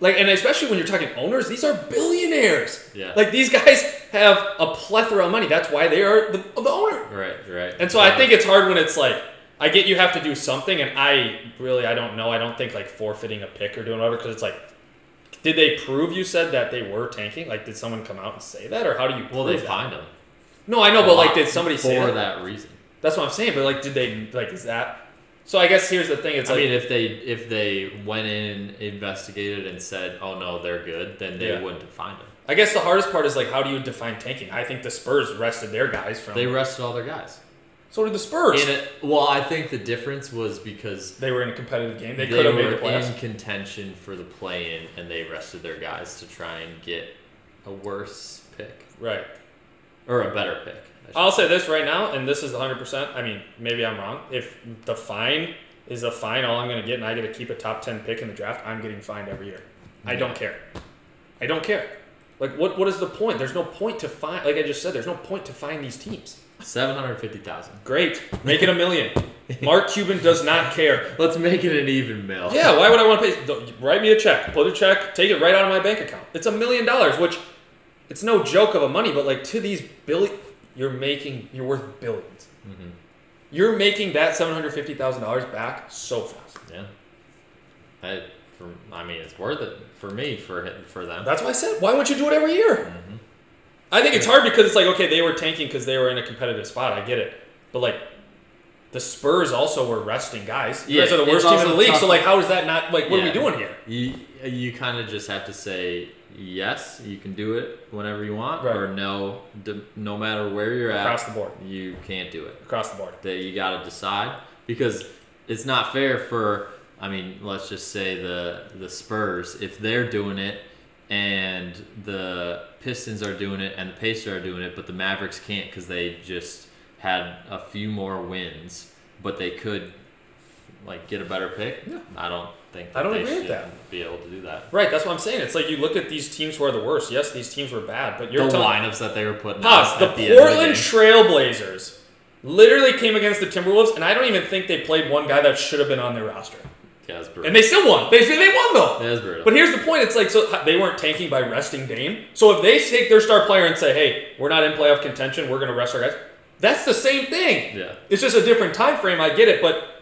[SPEAKER 1] Like, and especially when you're talking owners, these are billionaires.
[SPEAKER 2] Yeah.
[SPEAKER 1] Like, these guys have a plethora of money. That's why they are the, the owner.
[SPEAKER 2] Right, right.
[SPEAKER 1] And so I think it's hard when it's like, I get you have to do something, and I really, I don't know. I don't think like forfeiting a pick or doing whatever, because it's like, did they prove you said that they were tanking? Like, did someone come out and say that, or how do you?
[SPEAKER 2] well, they
[SPEAKER 1] prove that?
[SPEAKER 2] fined him.
[SPEAKER 1] No, I know, but like, did somebody
[SPEAKER 2] for
[SPEAKER 1] say that?
[SPEAKER 2] that reason?
[SPEAKER 1] That's what I'm saying. But like, did they like? Is that? So I guess here's the thing. It's
[SPEAKER 2] I
[SPEAKER 1] like,
[SPEAKER 2] mean, if they if they went in and investigated and said, "Oh no, they're good," then they
[SPEAKER 1] Yeah.
[SPEAKER 2] wouldn't have fined them.
[SPEAKER 1] I guess the hardest part is like, how do you define tanking? I think the Spurs rested their guys from.
[SPEAKER 2] They arrested all their guys.
[SPEAKER 1] so did the Spurs.
[SPEAKER 2] In a, well, I think the difference was because
[SPEAKER 1] they were in a competitive game. They,
[SPEAKER 2] they,
[SPEAKER 1] could have made
[SPEAKER 2] were
[SPEAKER 1] the playoffs.
[SPEAKER 2] in contention for the play-in, and they arrested their guys to try and get a worse pick
[SPEAKER 1] Right.
[SPEAKER 2] or a better pick. I should
[SPEAKER 1] I'll say this right now, and this is 100%. I mean, maybe I'm wrong. If the fine is a fine, all I'm going to get, and I get to keep a top 10 pick in the draft, I'm getting fined every year. I don't care. I don't care. Like, what, what is the point? There's no point to find, like I just said, there's no point to find these teams.
[SPEAKER 2] Seven hundred fifty thousand.
[SPEAKER 1] Great. Make it a million. Mark Cuban does not care.
[SPEAKER 2] Let's make it an even mill.
[SPEAKER 1] Yeah, why would I want to pay? th- Write me a check. Put a check. Take it right out of my bank account. It's a million dollars, which it's no joke of a money, but like to these billion, you're making, you're worth 1000000000s
[SPEAKER 2] Mhm.
[SPEAKER 1] You're making that $750,000 back so fast.
[SPEAKER 2] Yeah. I, for, I mean, it's worth it for me for hit- for them.
[SPEAKER 1] That's why I said, why won't you do it every year?
[SPEAKER 2] Mm-hmm.
[SPEAKER 1] I think it's hard because it's like, okay, they were tanking because they were in a competitive spot. I get it. But like, the Spurs also were resting guys. You guys
[SPEAKER 2] Yeah,
[SPEAKER 1] are the
[SPEAKER 2] it's
[SPEAKER 1] worst team in
[SPEAKER 2] also
[SPEAKER 1] the league.
[SPEAKER 2] tough.
[SPEAKER 1] So like, how is that not like? What are we
[SPEAKER 2] Yeah.
[SPEAKER 1] doing here?
[SPEAKER 2] You you kind of just have to say yes, you can do it whenever you want,
[SPEAKER 1] Right.
[SPEAKER 2] or no, d- no matter where you're at,
[SPEAKER 1] Across the board.
[SPEAKER 2] you can't do it.
[SPEAKER 1] Across the board.
[SPEAKER 2] that you got to decide because it's not fair for I mean let's just say the the Spurs if they're doing it and the Pistons are doing it and the Pacers are doing it but the Mavericks can't cuz they just had a few more wins but they could like get a better pick. I don't think that
[SPEAKER 1] I don't
[SPEAKER 2] they
[SPEAKER 1] agree with
[SPEAKER 2] should
[SPEAKER 1] that.
[SPEAKER 2] be able to do that.
[SPEAKER 1] Right. That's what I'm saying. It's like you look at these teams who are the worst. Yes, these teams were bad, but you're
[SPEAKER 2] the
[SPEAKER 1] telling
[SPEAKER 2] lineups that they were putting
[SPEAKER 1] us
[SPEAKER 2] out
[SPEAKER 1] the
[SPEAKER 2] at the end
[SPEAKER 1] Portland
[SPEAKER 2] of the game.
[SPEAKER 1] Trailblazers literally came against the Timberwolves, and I don't even think they played one guy that should have been on their roster,
[SPEAKER 2] Yeah, that's brutal.
[SPEAKER 1] and they still won. They they won though.
[SPEAKER 2] That is brutal.
[SPEAKER 1] But here's the point: it's like so they weren't tanking by resting Dame. So if they take their star player and say, "Hey, we're not in playoff contention. We're going to rest our guys," that's the same thing.
[SPEAKER 2] Yeah.
[SPEAKER 1] It's just a different time frame. I get it, but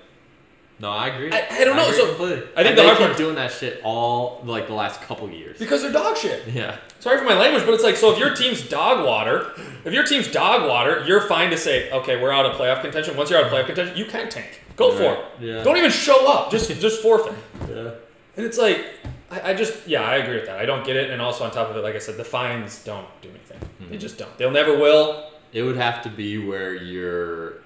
[SPEAKER 2] No, I agree.
[SPEAKER 1] I- I don't know,
[SPEAKER 2] agree
[SPEAKER 1] so-
[SPEAKER 2] completely.
[SPEAKER 1] I think
[SPEAKER 2] And
[SPEAKER 1] the
[SPEAKER 2] they
[SPEAKER 1] hard
[SPEAKER 2] keep
[SPEAKER 1] part-
[SPEAKER 2] doing that shit all like the last couple years.
[SPEAKER 1] because they're dog shit.
[SPEAKER 2] Yeah,
[SPEAKER 1] Sorry for my language, but it's like so. If your team's dog water, if your team's dog water, you're fine to say, "Okay, we're out of playoff contention." Once you're out of playoff contention, you can tank. Go for
[SPEAKER 2] Right.
[SPEAKER 1] it.
[SPEAKER 2] Yeah.
[SPEAKER 1] Don't even show up. Just just forfeit.
[SPEAKER 2] yeah.
[SPEAKER 1] And it's like, I, I just, yeah, I agree with that. I don't get it. And also, on top of it, like I said, the fines don't do anything.
[SPEAKER 2] Hmm.
[SPEAKER 1] They just don't. They'll never will.
[SPEAKER 2] It would have to be where you're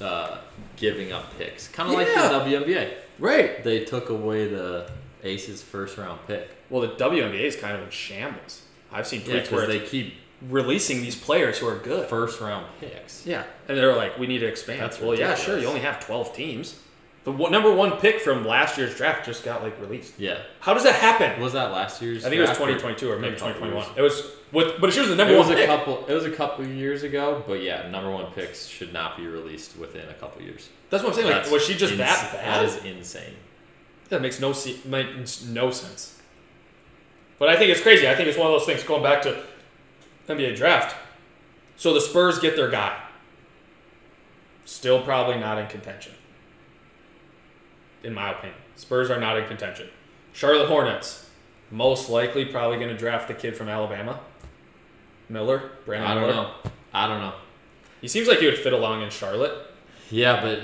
[SPEAKER 2] uh, giving up picks, kind of
[SPEAKER 3] Yeah.
[SPEAKER 2] like the WNBA.
[SPEAKER 3] Right.
[SPEAKER 2] They took away the Aces first round pick.
[SPEAKER 1] Well, the WNBA is kind of in shambles. I've seen
[SPEAKER 2] Yeah,
[SPEAKER 1] tweets where
[SPEAKER 2] because they
[SPEAKER 1] it's
[SPEAKER 2] keep
[SPEAKER 1] releasing these players who are good.
[SPEAKER 2] first round picks.
[SPEAKER 1] Yeah, and they're like, we need to expand.
[SPEAKER 2] That's
[SPEAKER 1] well, yeah, sure.
[SPEAKER 2] ridiculous.
[SPEAKER 1] You only have twelve teams. The one, number one pick from last year's draft just got like released.
[SPEAKER 2] Yeah,
[SPEAKER 1] How does that happen?
[SPEAKER 2] was that last year's?
[SPEAKER 1] I think it was
[SPEAKER 2] draft or-
[SPEAKER 1] 2022 or maybe
[SPEAKER 2] a couple
[SPEAKER 1] 2021.
[SPEAKER 2] years?
[SPEAKER 1] It was with, but she was the number
[SPEAKER 2] It was
[SPEAKER 1] one
[SPEAKER 2] a
[SPEAKER 1] pick.
[SPEAKER 2] couple. It was a couple years ago, but yeah, number one picks should not be released within a couple years.
[SPEAKER 1] That's what I'm saying. Like,
[SPEAKER 2] That's
[SPEAKER 1] was she just
[SPEAKER 2] ins-
[SPEAKER 1] that bad?
[SPEAKER 2] That is insane.
[SPEAKER 1] That makes no se- makes no sense. But I think it's crazy. I think it's one of those things going back to NBA draft. So the Spurs get their guy. Still probably not in contention. In my opinion, Spurs are not in contention. Charlotte Hornets, most likely probably going to draft the kid from Alabama. Miller, Brandon
[SPEAKER 2] I don't
[SPEAKER 1] Miller.
[SPEAKER 2] know. I don't know.
[SPEAKER 1] He seems like he would fit along in Charlotte.
[SPEAKER 2] Yeah, but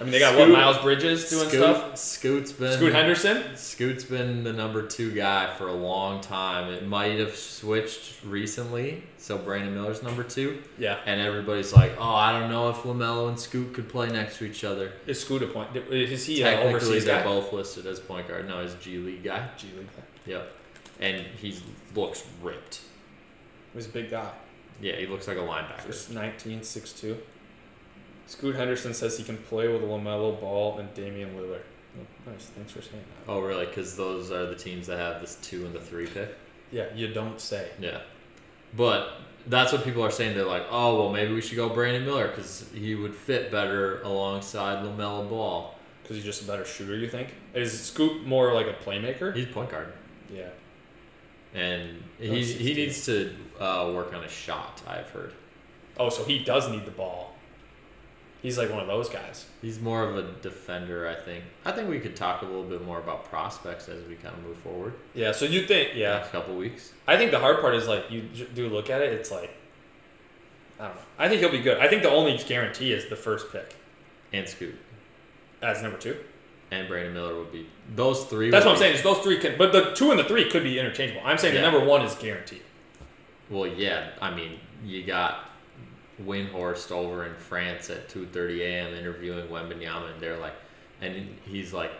[SPEAKER 1] I mean, they got what
[SPEAKER 2] Scoot-
[SPEAKER 1] Miles Bridges doing stuff.
[SPEAKER 2] Scoot's been
[SPEAKER 1] Scoot Henderson.
[SPEAKER 2] Scoot's been the number two guy for a long time. It might have switched recently, so Brandon Miller's number two,
[SPEAKER 1] Yeah,
[SPEAKER 2] and everybody's like, "Oh, I don't know if Lamelo and Scoot could play next to each other."
[SPEAKER 1] is Scoot a point? Is he an
[SPEAKER 2] Technically,
[SPEAKER 1] overseas
[SPEAKER 2] they're
[SPEAKER 1] guy?
[SPEAKER 2] both listed as point guard. No, he's a G League guy.
[SPEAKER 1] G League.
[SPEAKER 2] Yep, and he looks ripped.
[SPEAKER 1] He's a big guy.
[SPEAKER 2] Yeah, he looks like a linebacker.
[SPEAKER 1] He's 19, 6'2". Scoot Henderson says he can play with LaMelo Ball and Damian Lillard. Oh, nice. Thanks for saying that.
[SPEAKER 2] Oh, really? Because those are the teams that have this two and the three pick.
[SPEAKER 1] Yeah, you don't say.
[SPEAKER 2] Yeah. But that's what people are saying. They're like, oh, well, maybe we should go Brandon Miller because he would fit better alongside LaMelo Ball.
[SPEAKER 1] Because he's just a better shooter, you think? Is Scoot more like a playmaker?
[SPEAKER 2] He's a point guard.
[SPEAKER 1] Yeah.
[SPEAKER 2] And
[SPEAKER 1] Oh,
[SPEAKER 2] he, he
[SPEAKER 1] 16.
[SPEAKER 2] needs to uh, work on his shot, I've heard.
[SPEAKER 1] Oh, so he does need the ball. He's like one of those guys.
[SPEAKER 2] He's more of a defender, I think. I think we could talk a little bit more about prospects as we kind of move forward.
[SPEAKER 1] Yeah, so you think, yeah.
[SPEAKER 2] Next couple weeks.
[SPEAKER 1] I think the hard part is like, you j- do look at it, it's like, I don't know. I think he'll be good. I think the only guarantee is the first pick
[SPEAKER 2] And Scoot.
[SPEAKER 1] as number two.
[SPEAKER 2] And Brandon Miller would be. Those three
[SPEAKER 1] That's
[SPEAKER 2] would
[SPEAKER 1] what I'm
[SPEAKER 2] be-
[SPEAKER 1] saying. Is those three can, but the two and the three could be interchangeable. I'm saying
[SPEAKER 2] Yeah.
[SPEAKER 1] the number one is guaranteed.
[SPEAKER 2] Well, yeah. I mean, you got Windhorst over in France at 2:30 a.m. interviewing Wembenyama, and they're like, and he's like,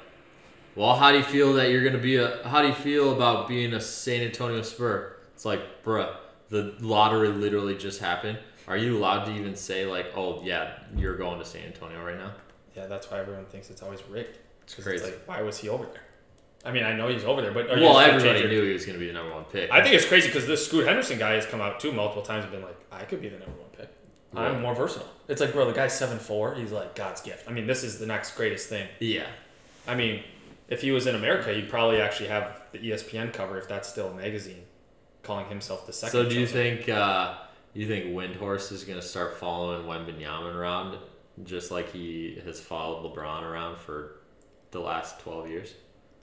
[SPEAKER 2] "Well, how do you feel that you're gonna be a? How do you feel about being a San Antonio Spur? It's like, bruh, the lottery literally just happened. Are you allowed to even say like, oh yeah, you're going to San Antonio right now?
[SPEAKER 1] Yeah, that's why everyone thinks it's always rigged.
[SPEAKER 2] It's
[SPEAKER 1] 'Cause
[SPEAKER 2] crazy.
[SPEAKER 1] like, why was he over there? I mean, I know he's over there, but are you
[SPEAKER 2] well,
[SPEAKER 1] just gonna
[SPEAKER 2] everybody
[SPEAKER 1] change your-
[SPEAKER 2] knew he was going to be the number one pick.
[SPEAKER 1] I think it's crazy because this Scoot Henderson guy has come out too multiple times and been like, I could be the number one pick. I'm
[SPEAKER 2] Yeah.
[SPEAKER 1] more versatile. It's like, bro, the guy's seven four. He's like God's gift. I mean, this is the next greatest thing.
[SPEAKER 2] yeah,
[SPEAKER 1] I mean, if he was in America, you'd probably actually have the E ESPN cover if that's still a magazine, calling himself the second.
[SPEAKER 2] So do you
[SPEAKER 1] chosen.
[SPEAKER 2] think uh, you think Windhorse is going to start following Wembenyama around just like he has followed LeBron around for the last 12 years?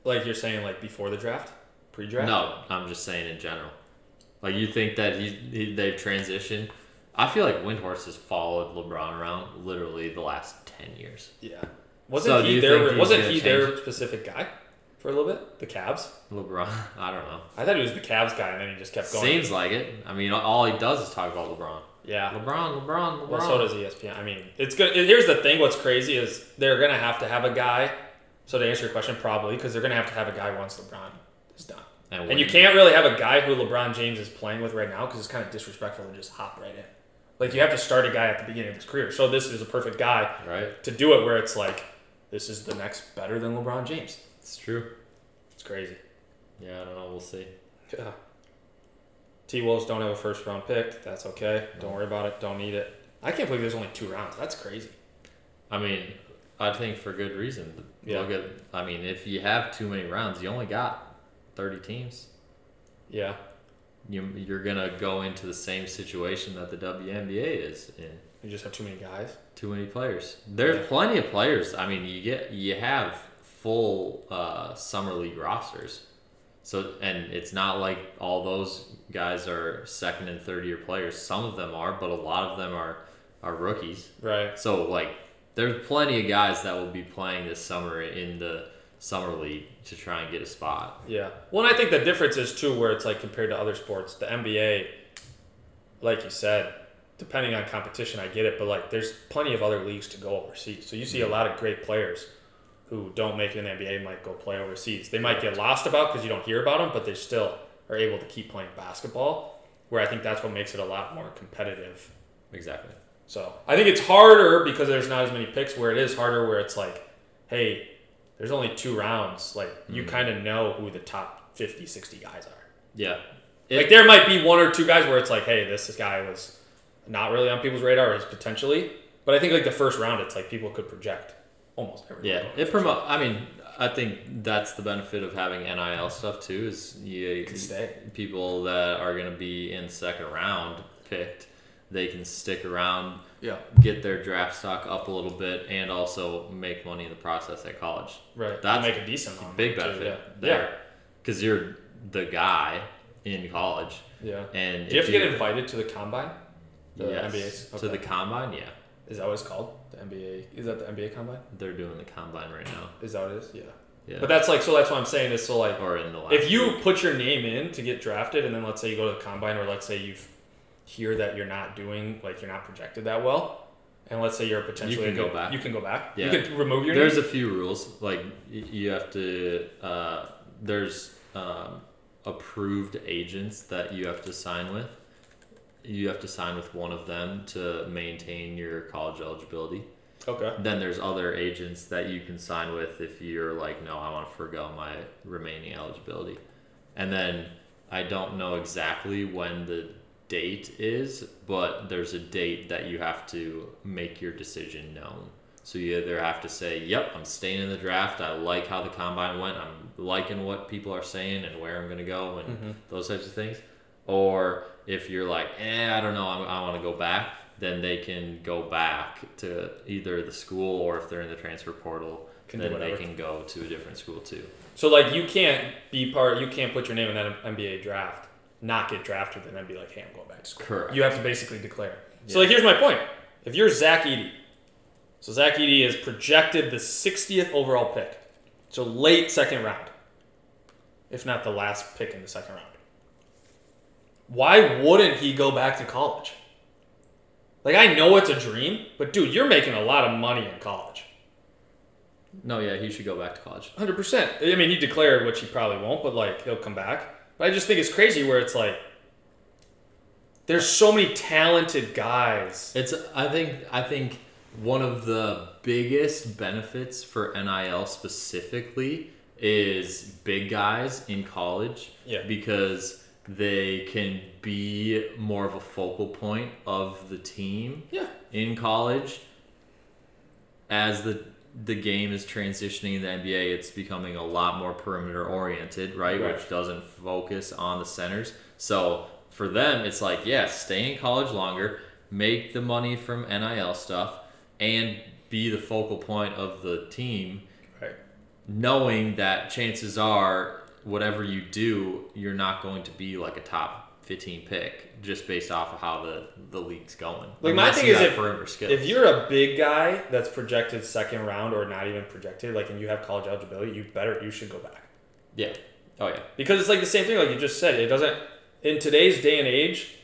[SPEAKER 1] like you're saying, like before the draft, pre-draft?
[SPEAKER 2] No, I'm just saying in general. Like you think that he, he they've transitioned? I feel like Windhorse has followed LeBron around literally the last 10 years.
[SPEAKER 1] Yeah. Wasn't
[SPEAKER 2] So do
[SPEAKER 1] he
[SPEAKER 2] you think
[SPEAKER 1] their
[SPEAKER 2] he's
[SPEAKER 1] Wasn't
[SPEAKER 2] gonna
[SPEAKER 1] he their specific guy for a little bit? The Cavs.
[SPEAKER 2] LeBron, I don't know.
[SPEAKER 1] I thought he was the Cavs guy, and then he just kept going.
[SPEAKER 2] Seems like it. I mean, all he does is talk about LeBron.
[SPEAKER 1] Yeah.
[SPEAKER 2] LeBron, LeBron, LeBron.
[SPEAKER 1] Well, so does E ESPN. I mean, it's good. Here's the thing. What's crazy is they're gonna have to have a guy. So to answer your question, probably because they're gonna have to have a guy once LeBron is done. And you
[SPEAKER 2] Wemby-
[SPEAKER 1] can't really have a guy who LeBron James is playing with right now because it's kind of disrespectful to just hop right in. Like you have to start a guy at the beginning of his career. So this is a perfect guy
[SPEAKER 2] Right?
[SPEAKER 1] to do it where it's like, this is the next better than LeBron James.
[SPEAKER 2] It's true.
[SPEAKER 1] It's crazy.
[SPEAKER 2] Yeah, I don't know. We'll see.
[SPEAKER 1] Yeah. T Wolves don't have a first round pick. That's okay. Don't worry about it. Don't need it. I can't believe there's only two rounds. That's crazy.
[SPEAKER 2] I mean, I think for good reason.
[SPEAKER 1] Yeah.
[SPEAKER 2] Look at, I mean, if you have too many rounds, you only got 30 teams.
[SPEAKER 1] Yeah.
[SPEAKER 2] You, you're going to go into the same situation that the WNBA is in.
[SPEAKER 1] You just have too many guys.
[SPEAKER 2] Too many players. There's
[SPEAKER 1] Yeah.
[SPEAKER 2] plenty of players. I mean, you get you have full uh, summer league rosters. So and it's not like all those guys are second and third year players. Some of them are, but a lot of them are are rookies.
[SPEAKER 1] Right.
[SPEAKER 2] So like, there's plenty of guys that will be playing this summer in the summer league to try and get a spot.
[SPEAKER 1] Yeah. Well, and I think the difference is too, where it's like compared to other sports, the NBA, like you said, depending on competition, I get it, but like there's plenty of other leagues to go overseas. So you see a lot of great players who don't make it in the NBA might go play overseas. They might get lost about because you don't hear about them, but they still are able to keep playing basketball. Where I think that's what makes it a lot more competitive
[SPEAKER 2] Exactly.
[SPEAKER 1] so I think it's harder because there's not as many picks. Where it is harder, where it's like, hey, there's only two rounds. Like you
[SPEAKER 2] Mm-hmm.
[SPEAKER 1] kind of know who the top 50, 60 guys are.
[SPEAKER 2] Yeah.
[SPEAKER 1] like there might be one or two guys where it's like, hey, this guy was not really on people's radar, is potentially. But I think like the first round, it's like people could project almost everyone.
[SPEAKER 2] Yeah,
[SPEAKER 1] going.
[SPEAKER 2] it promote. I mean, I think that's the benefit of having NIL stuff too. Is you
[SPEAKER 1] Can stay.
[SPEAKER 2] people that are going to be in second round picked, they can stick around,
[SPEAKER 3] Yeah.
[SPEAKER 2] get their draft stock up a little bit, and also make money in the process at college.
[SPEAKER 1] right.
[SPEAKER 2] that's
[SPEAKER 1] That's make a decent amount,
[SPEAKER 2] Big
[SPEAKER 1] too,
[SPEAKER 2] benefit
[SPEAKER 1] Yeah. yeah.
[SPEAKER 2] there because you're the guy in college,
[SPEAKER 1] Yeah.
[SPEAKER 2] and
[SPEAKER 1] Do you
[SPEAKER 2] if
[SPEAKER 1] have to get invited to the combine? The
[SPEAKER 2] yes,
[SPEAKER 1] NBA's?
[SPEAKER 2] to
[SPEAKER 1] Okay.
[SPEAKER 2] the combine. Yeah,
[SPEAKER 1] Is that what it's called? The NBA? Is that the NBA combine?
[SPEAKER 2] they're doing the combine right now.
[SPEAKER 1] Is that what it is? Yeah.
[SPEAKER 2] Yeah,
[SPEAKER 1] But that's like so. That's what I'm saying is so like
[SPEAKER 2] or in the last
[SPEAKER 1] if you
[SPEAKER 2] week.
[SPEAKER 1] put your name in to get drafted, and then let's say you go to the combine, or let's say you hear that you're not doing like you're not projected that well, and let's say you're potentially
[SPEAKER 2] can
[SPEAKER 1] a
[SPEAKER 2] go
[SPEAKER 1] good-
[SPEAKER 2] back.
[SPEAKER 1] You can go back.
[SPEAKER 2] Yeah.
[SPEAKER 1] You can remove your
[SPEAKER 2] there's
[SPEAKER 1] name.
[SPEAKER 2] a few rules like y- you have to uh, there's um, approved agents that you have to sign with you have to sign with one of them to maintain your college eligibility
[SPEAKER 1] okay.
[SPEAKER 2] then there's other agents that you can sign with if you're like no i want to forego my remaining eligibility and then i don't know exactly when the date is but there's a date that you have to make your decision known so you either have to say yep i'm staying in the draft i like how the combine went i'm liking what people are saying and where i'm going to go and
[SPEAKER 1] Mm-hmm.
[SPEAKER 2] those types of things or if you're like, eh, I don't know, I'm, I want to go back, then they can go back to either the school or if they're in the transfer portal,
[SPEAKER 1] Can do
[SPEAKER 2] then they
[SPEAKER 1] whatever.
[SPEAKER 2] can go to a different school too.
[SPEAKER 1] So like you can't be part. You can't put your name in that NBA draft, not get drafted, and then be like, hey, I'm going back to school.
[SPEAKER 2] Correct.
[SPEAKER 1] You have to basically declare. So
[SPEAKER 2] Yeah.
[SPEAKER 1] like here's my point. If you're Zach Eady, so Zach Eady is projected the 60th overall pick, so late second round, if not the last pick in the second round. Why wouldn't he go back to college? Like I know it's a dream, but dude, you're making a lot of money in college.
[SPEAKER 2] No, yeah, he should go back to college.
[SPEAKER 1] Hundred percent. I mean, he declared, which he probably won't, but like he'll come back. But I just think it's crazy where it's like There's so many talented guys.
[SPEAKER 2] It's I think I think one of the biggest benefits for NIL specifically is big guys in college
[SPEAKER 1] Yeah.
[SPEAKER 2] because they can be more of a focal point of the team
[SPEAKER 1] Yeah.
[SPEAKER 2] in college as the the game is transitioning in the NBA, it's becoming a lot more perimeter oriented, right?
[SPEAKER 1] Right.
[SPEAKER 2] Which doesn't focus on the centers. So for them, it's like, yes, stay in college longer, make the money from NIL stuff, and be the focal point of the team,
[SPEAKER 1] Right.
[SPEAKER 2] knowing that chances are, whatever you do, you're not going to be like a top 15 pick just based off of how the, the league's going.
[SPEAKER 1] my
[SPEAKER 2] Unless
[SPEAKER 1] thing
[SPEAKER 2] you
[SPEAKER 1] is
[SPEAKER 2] got
[SPEAKER 1] if-
[SPEAKER 2] perimeter skills.
[SPEAKER 1] If you're a big guy that's projected second round or not even projected, like, and you have college eligibility, you better you should go back
[SPEAKER 2] yeah. Oh, yeah.
[SPEAKER 1] because it's like the same thing, like you just said. It doesn't in today's day and age.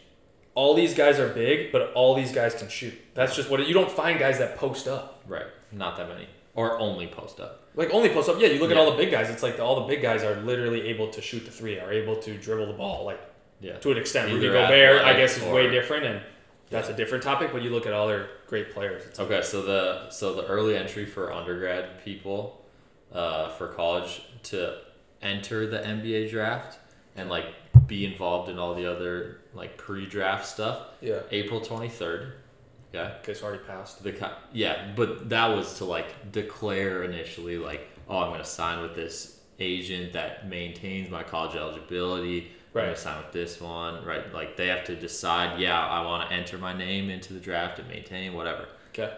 [SPEAKER 1] All these guys are big, but all these guys can shoot. That's just what it, you don't find guys that post up.
[SPEAKER 2] Right. Not that many. Or only post up.
[SPEAKER 1] Like only post up. Yeah, you look at
[SPEAKER 2] Yeah.
[SPEAKER 1] all the big guys. It's like the, all the big guys are literally able to shoot the three, are able to dribble the ball. Like
[SPEAKER 2] Yeah.
[SPEAKER 1] to an extent.
[SPEAKER 2] Either
[SPEAKER 1] Rudy Gobert, I
[SPEAKER 2] athletic
[SPEAKER 1] guess, is
[SPEAKER 2] or-
[SPEAKER 1] way different, and that's a different topic. But you look at all their great players. It's
[SPEAKER 2] Okay, so the so the early entry for undergrad people uh, for college to enter the NBA draft and like be involved in all the other like pre-draft stuff.
[SPEAKER 1] yeah.
[SPEAKER 2] April 23rd. Okay.
[SPEAKER 1] Okay, so already passed.
[SPEAKER 2] The co- yeah, but that was to like declare initially like, oh, I'm going to sign with this agent that maintains my college eligibility. I'm gonna
[SPEAKER 1] Right.
[SPEAKER 2] sign with this one, right? Like they have to decide, yeah, I want to enter my name into the draft and maintain whatever.
[SPEAKER 1] Okay,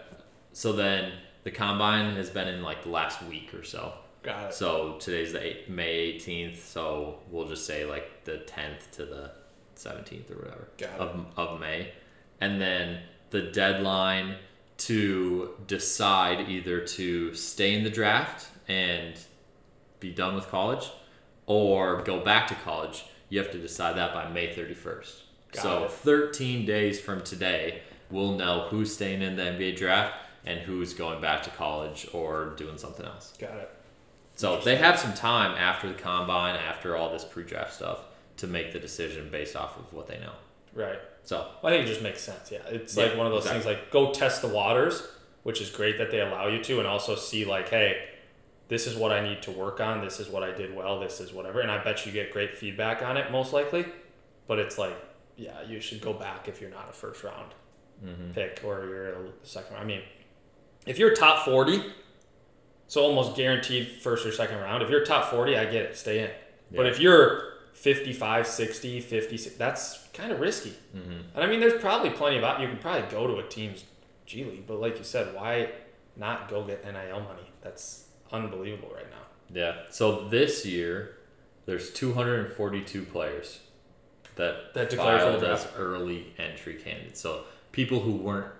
[SPEAKER 2] So then the combine has been in like the last week or so.
[SPEAKER 1] got it.
[SPEAKER 2] So today's the eight, May 18th, so we'll just say like the 10th to the 17th or whatever
[SPEAKER 1] Got it.
[SPEAKER 2] of, of May. And then the deadline to decide either to stay in the draft and be done with college or go back to college. You have to decide that by May 31st.
[SPEAKER 1] Got
[SPEAKER 2] so
[SPEAKER 1] it.
[SPEAKER 2] 13 days from today, we'll know who's staying in the NBA draft and who's going back to college or doing something else.
[SPEAKER 1] Got it.
[SPEAKER 2] So they have some time after the combine, after all this pre-draft stuff, to make the decision based off of what they know.
[SPEAKER 1] Right.
[SPEAKER 2] So
[SPEAKER 1] Well, I think it just makes sense. Yeah, it's
[SPEAKER 2] Yeah,
[SPEAKER 1] like one of those
[SPEAKER 2] exactly.
[SPEAKER 1] things. Like go test the waters, which is great that they allow you to, and also see like, hey, this is what I need to work on. This is what I did well. This is whatever, and I bet you get great feedback on it most likely. But it's like, yeah, you should go back if you're not a first round
[SPEAKER 2] Mm-hmm.
[SPEAKER 1] pick or you're a second. round. I mean, if you're top forty, so almost guaranteed first or second round. If you're top forty, I get it, stay in. But
[SPEAKER 2] Yeah.
[SPEAKER 1] if you're 55, 60, 56, that's kind of risky. And I mean, there's probably plenty of op- you can probably go to a team's G League, but like you said, why not go get NIL money? That's unbelievable right now.
[SPEAKER 2] yeah, so this year there's 242 players that
[SPEAKER 1] That declared for the
[SPEAKER 2] filed as early entry candidates. So people who weren't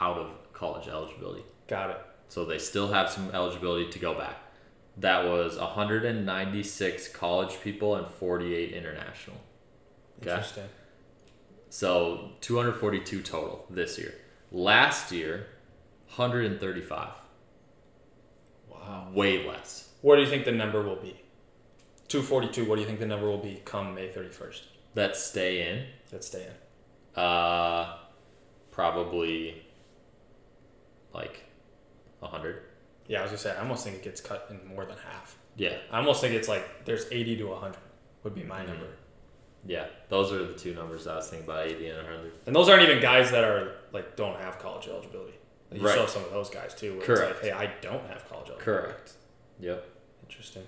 [SPEAKER 2] out of college eligibility.
[SPEAKER 1] Got it.
[SPEAKER 2] So they still have some eligibility to go back. That was 196 college people and 48 international. Okay.
[SPEAKER 1] Interesting.
[SPEAKER 2] So 242 total this year. Last year, 135.
[SPEAKER 1] Wow.
[SPEAKER 2] Way less.
[SPEAKER 1] What do you think the number will be? 242, what do you think the number will be come May 31st?
[SPEAKER 2] That stay in.
[SPEAKER 1] Let's stay in.
[SPEAKER 2] Uh, probably like 100.
[SPEAKER 1] Yeah, I was going to say, I almost think it gets cut in more than half.
[SPEAKER 2] Yeah,
[SPEAKER 1] I almost think it's like there's 80 to 100 would be
[SPEAKER 2] Mm-hmm.
[SPEAKER 1] my number.
[SPEAKER 2] yeah. Those are the two numbers I was thinking about 80 and 100.
[SPEAKER 1] And those aren't even guys that are like don't have college eligibility. You
[SPEAKER 2] Right.
[SPEAKER 1] saw some of those guys too. Where
[SPEAKER 2] Correct.
[SPEAKER 1] It's like, hey, I don't have college eligibility.
[SPEAKER 2] Correct. Mm-hmm. Yep.
[SPEAKER 1] Interesting.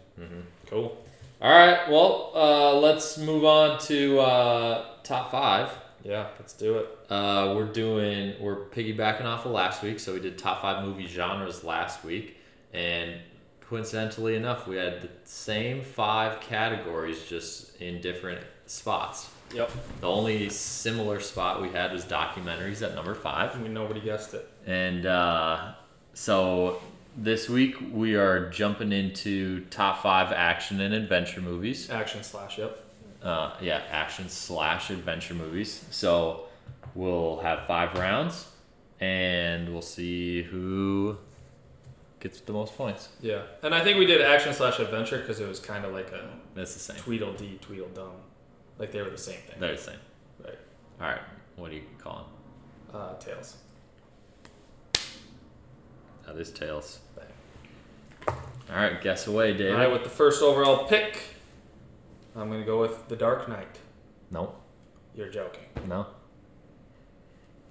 [SPEAKER 1] Cool.
[SPEAKER 2] All right. Well, uh, let's move on to uh, top five.
[SPEAKER 1] Yeah, let's do it.
[SPEAKER 2] Uh, we're doing we're piggybacking off of last week, so we did top five movie genres last week, and coincidentally enough, we had the same five categories just in different spots.
[SPEAKER 1] Yep.
[SPEAKER 2] The only similar spot we had was documentaries at number five.
[SPEAKER 1] We nobody guessed it.
[SPEAKER 2] And uh, so this week we are jumping into top five action and adventure movies.
[SPEAKER 1] Action slash. Yep.
[SPEAKER 2] Uh, yeah, action slash adventure movies. So we'll have five rounds, and we'll see who gets the most points.
[SPEAKER 1] Yeah, and I think we did action slash adventure because it was kind of like a
[SPEAKER 2] That's the same.
[SPEAKER 1] Tweedledee Tweedledum, like they were the same thing.
[SPEAKER 2] They're the same.
[SPEAKER 1] Right.
[SPEAKER 2] All right. What do you call him?
[SPEAKER 1] Uh, tails.
[SPEAKER 2] That is tails. All right, guess away, David.
[SPEAKER 1] All right, with the first overall pick, I'm going to go with The Dark Knight.
[SPEAKER 2] no,
[SPEAKER 1] You're joking.
[SPEAKER 2] no,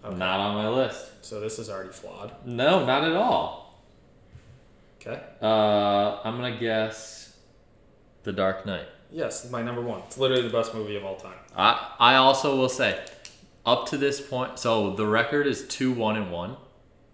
[SPEAKER 1] Okay.
[SPEAKER 2] not on my list.
[SPEAKER 1] So this is already flawed.
[SPEAKER 2] No, not at all.
[SPEAKER 1] Okay.
[SPEAKER 2] Uh, I'm gonna guess The Dark Knight.
[SPEAKER 1] Yes, my number one. It's literally the best movie of all time.
[SPEAKER 2] I I also will say, up to this point, so the record is two one and one.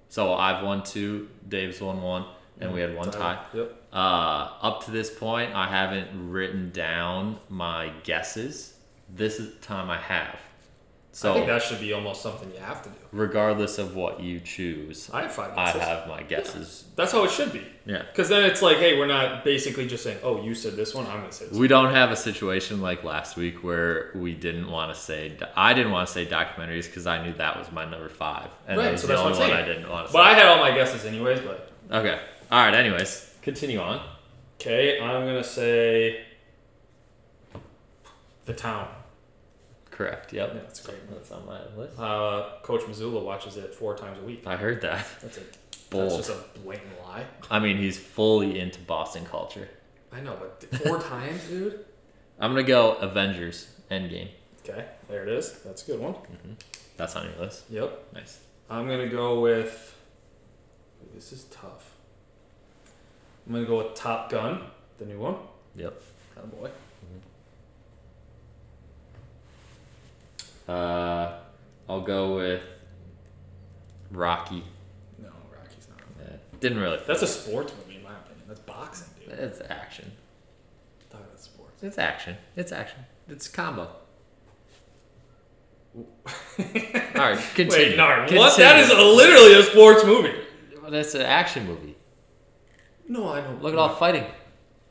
[SPEAKER 2] So I've won two, Dave's won one, and we had one tie.
[SPEAKER 1] Yep.
[SPEAKER 2] Uh, up to this point, I haven't written down my guesses. This is the time I have.
[SPEAKER 1] I
[SPEAKER 2] So
[SPEAKER 1] think that should be almost something you have to do.
[SPEAKER 2] regardless of what you choose,
[SPEAKER 1] I have five
[SPEAKER 2] I
[SPEAKER 1] guesses.
[SPEAKER 2] have my guesses.
[SPEAKER 1] That's how it should be.
[SPEAKER 2] Yeah.
[SPEAKER 1] Because then it's like, hey, we're not basically just saying, oh, you said this one, I'm going to say this one.
[SPEAKER 2] We don't have a situation like last week where we didn't want to say I didn't want to say documentaries because I knew that was my number five, and
[SPEAKER 1] Right,
[SPEAKER 2] that was
[SPEAKER 1] so
[SPEAKER 2] the
[SPEAKER 1] that's what
[SPEAKER 2] only
[SPEAKER 1] I'm
[SPEAKER 2] one I
[SPEAKER 1] saying.
[SPEAKER 2] didn't want to.
[SPEAKER 1] But I had all my guesses anyways, but.
[SPEAKER 2] say. Okay. All right. Anyways, continue on.
[SPEAKER 1] Okay, I'm going to say. The Town.
[SPEAKER 2] Correct.
[SPEAKER 1] Yeah,
[SPEAKER 2] Yep.
[SPEAKER 1] it's a great movie.
[SPEAKER 2] That's on my list.
[SPEAKER 1] Uh, Coach Missoula watches it four times a week.
[SPEAKER 2] I heard that.
[SPEAKER 1] That's it.
[SPEAKER 2] Bold.
[SPEAKER 1] That's just a blatant lie.
[SPEAKER 2] I mean, he's fully into Boston culture.
[SPEAKER 1] I know, but th- four times, dude.
[SPEAKER 2] I'm gonna go Avengers Endgame. Mm-hmm.
[SPEAKER 1] Okay, there it is. That's a good one.
[SPEAKER 2] That's on your list.
[SPEAKER 1] Yep.
[SPEAKER 2] Nice.
[SPEAKER 1] I'm gonna go with. This is tough. I'm gonna go with Top Gun, the new one.
[SPEAKER 2] Yep.
[SPEAKER 1] Oh boy.
[SPEAKER 2] Uh, I'll go with Rocky.
[SPEAKER 1] No, Rocky's not.
[SPEAKER 2] Yeah, didn't really.
[SPEAKER 1] That's a sports movie, in my opinion. That's boxing, dude.
[SPEAKER 2] It's action.
[SPEAKER 1] Thought that's sports.
[SPEAKER 2] It's action. It's action. It's combo. All right, continue.
[SPEAKER 1] Wait, no, what? That is a, literally a sports movie.
[SPEAKER 2] a- that's an action movie.
[SPEAKER 1] No, I don't.
[SPEAKER 2] Look at all fighting.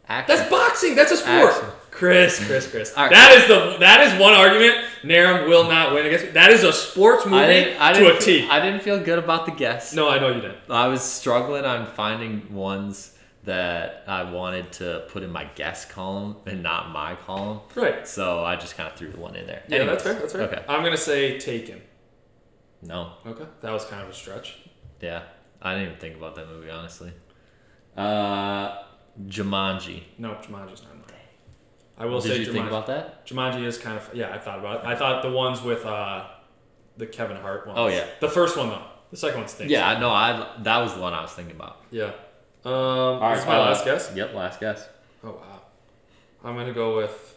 [SPEAKER 2] Action.
[SPEAKER 1] That's boxing. That's a sport.
[SPEAKER 2] Action.
[SPEAKER 1] Chris, Chris, Chris.
[SPEAKER 2] All right.
[SPEAKER 1] That is the that is one argument Narum will not win against. me. That is a sports movie
[SPEAKER 2] I didn't. I
[SPEAKER 1] to
[SPEAKER 2] didn't.
[SPEAKER 1] a
[SPEAKER 2] feel,
[SPEAKER 1] T.
[SPEAKER 2] I didn't feel good about the guess.
[SPEAKER 1] no, I know you didn't.
[SPEAKER 2] I was struggling on finding ones that I wanted to put in my guess column and not my column.
[SPEAKER 1] Right.
[SPEAKER 2] So I just kind of threw one in there.
[SPEAKER 1] Yeah,
[SPEAKER 2] Anyways.
[SPEAKER 1] that's fair. That's fair.
[SPEAKER 2] Okay.
[SPEAKER 1] I'm gonna say Taken.
[SPEAKER 2] No.
[SPEAKER 1] Okay. That was kind of a stretch.
[SPEAKER 2] Yeah. I didn't even think about that movie honestly. Uh, Jumanji.
[SPEAKER 1] No, Jumanji's not mine. I will
[SPEAKER 2] Did
[SPEAKER 1] say
[SPEAKER 2] you
[SPEAKER 1] Jumanji.
[SPEAKER 2] think about that?
[SPEAKER 1] Jumanji is kind of yeah. I thought about it. I thought the ones with uh, the Kevin Hart ones.
[SPEAKER 2] Oh, yeah.
[SPEAKER 1] The first one though. The second one stinks.
[SPEAKER 2] Yeah, I know. I that was the one I was thinking about.
[SPEAKER 1] Yeah. Um, this is my
[SPEAKER 2] uh,
[SPEAKER 1] last guess.
[SPEAKER 2] Yep, last guess.
[SPEAKER 1] Oh wow. I'm gonna go with.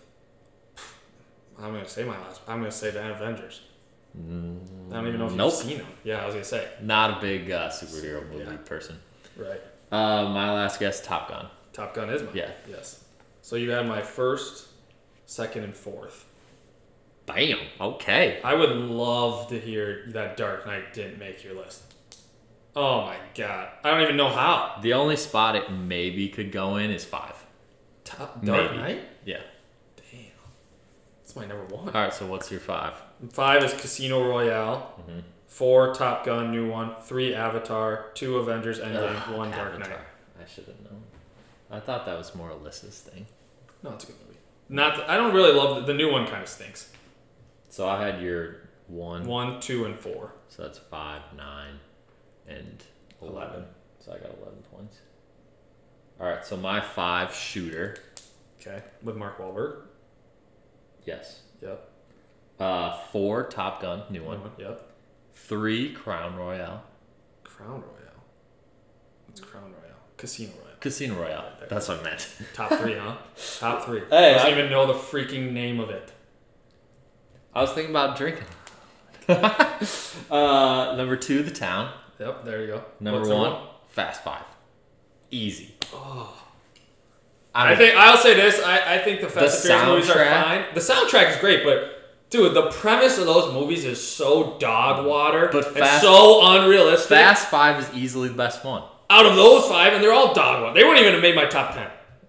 [SPEAKER 1] I'm gonna say my last. I'm gonna say the Avengers. I don't even know if
[SPEAKER 2] nope.
[SPEAKER 1] you've seen them. Yeah, I was gonna say.
[SPEAKER 2] Not a big uh, superhero movie
[SPEAKER 1] Yeah.
[SPEAKER 2] person.
[SPEAKER 1] Right.
[SPEAKER 2] Uh, my last guess, Top Gun.
[SPEAKER 1] Top Gun is mine.
[SPEAKER 2] Yeah.
[SPEAKER 1] Yes. So you had my first, second, and fourth.
[SPEAKER 2] Bam. Okay.
[SPEAKER 1] I would love to hear that Dark Knight didn't make your list. Oh my god. I don't even know how.
[SPEAKER 2] The only spot it maybe could go in is five.
[SPEAKER 1] Top Dark
[SPEAKER 2] Maybe.
[SPEAKER 1] Knight?
[SPEAKER 2] Yeah.
[SPEAKER 1] Damn. That's my number one.
[SPEAKER 2] All right. So what's your five?
[SPEAKER 1] Five is Casino Royale.
[SPEAKER 2] Mm-hmm.
[SPEAKER 1] Four Top Gun, new one. Three Avatar. Two Avengers Endgame.
[SPEAKER 2] Ugh,
[SPEAKER 1] one Dark
[SPEAKER 2] Avatar.
[SPEAKER 1] Knight.
[SPEAKER 2] I should have known. I thought that was more Alyssa's thing.
[SPEAKER 1] No, it's a good movie. Not. I don't really love the, the new one. Kind of stinks.
[SPEAKER 2] So I had your one.
[SPEAKER 1] One, two, and four.
[SPEAKER 2] So that's five, nine, and 11. So I got 11 points. All right. So my five shooter.
[SPEAKER 1] Okay. With Mark Wahlberg.
[SPEAKER 2] Yes.
[SPEAKER 1] Yep.
[SPEAKER 2] Uh, four Top Gun, new
[SPEAKER 1] New
[SPEAKER 2] one.
[SPEAKER 1] one. Yep.
[SPEAKER 2] Three Crown Royale,
[SPEAKER 1] Crown Royale. What's Crown Royale? Casino Royale.
[SPEAKER 2] Casino Royale. That's what I meant.
[SPEAKER 1] Top three, huh? Top three.
[SPEAKER 2] Hey,
[SPEAKER 1] I don't
[SPEAKER 2] I-
[SPEAKER 1] even know the freaking name of it.
[SPEAKER 2] I was thinking about drinking. uh, number two, The Town.
[SPEAKER 1] Yep. There you go.
[SPEAKER 2] Number
[SPEAKER 1] What's
[SPEAKER 2] one, Fast Five. Easy. I,
[SPEAKER 1] I
[SPEAKER 2] mean,
[SPEAKER 1] think I'll say this. I, I think the Fast
[SPEAKER 2] The
[SPEAKER 1] and Furious movies are
[SPEAKER 2] soundtrack.
[SPEAKER 1] fine. The soundtrack is great, but dude, the premise of those movies is so dog water
[SPEAKER 2] But
[SPEAKER 1] and
[SPEAKER 2] Fast-
[SPEAKER 1] so unrealistic.
[SPEAKER 2] Fast Five is easily the best one.
[SPEAKER 1] Out of those five, and they're all dog water. They wouldn't even have made my top ten.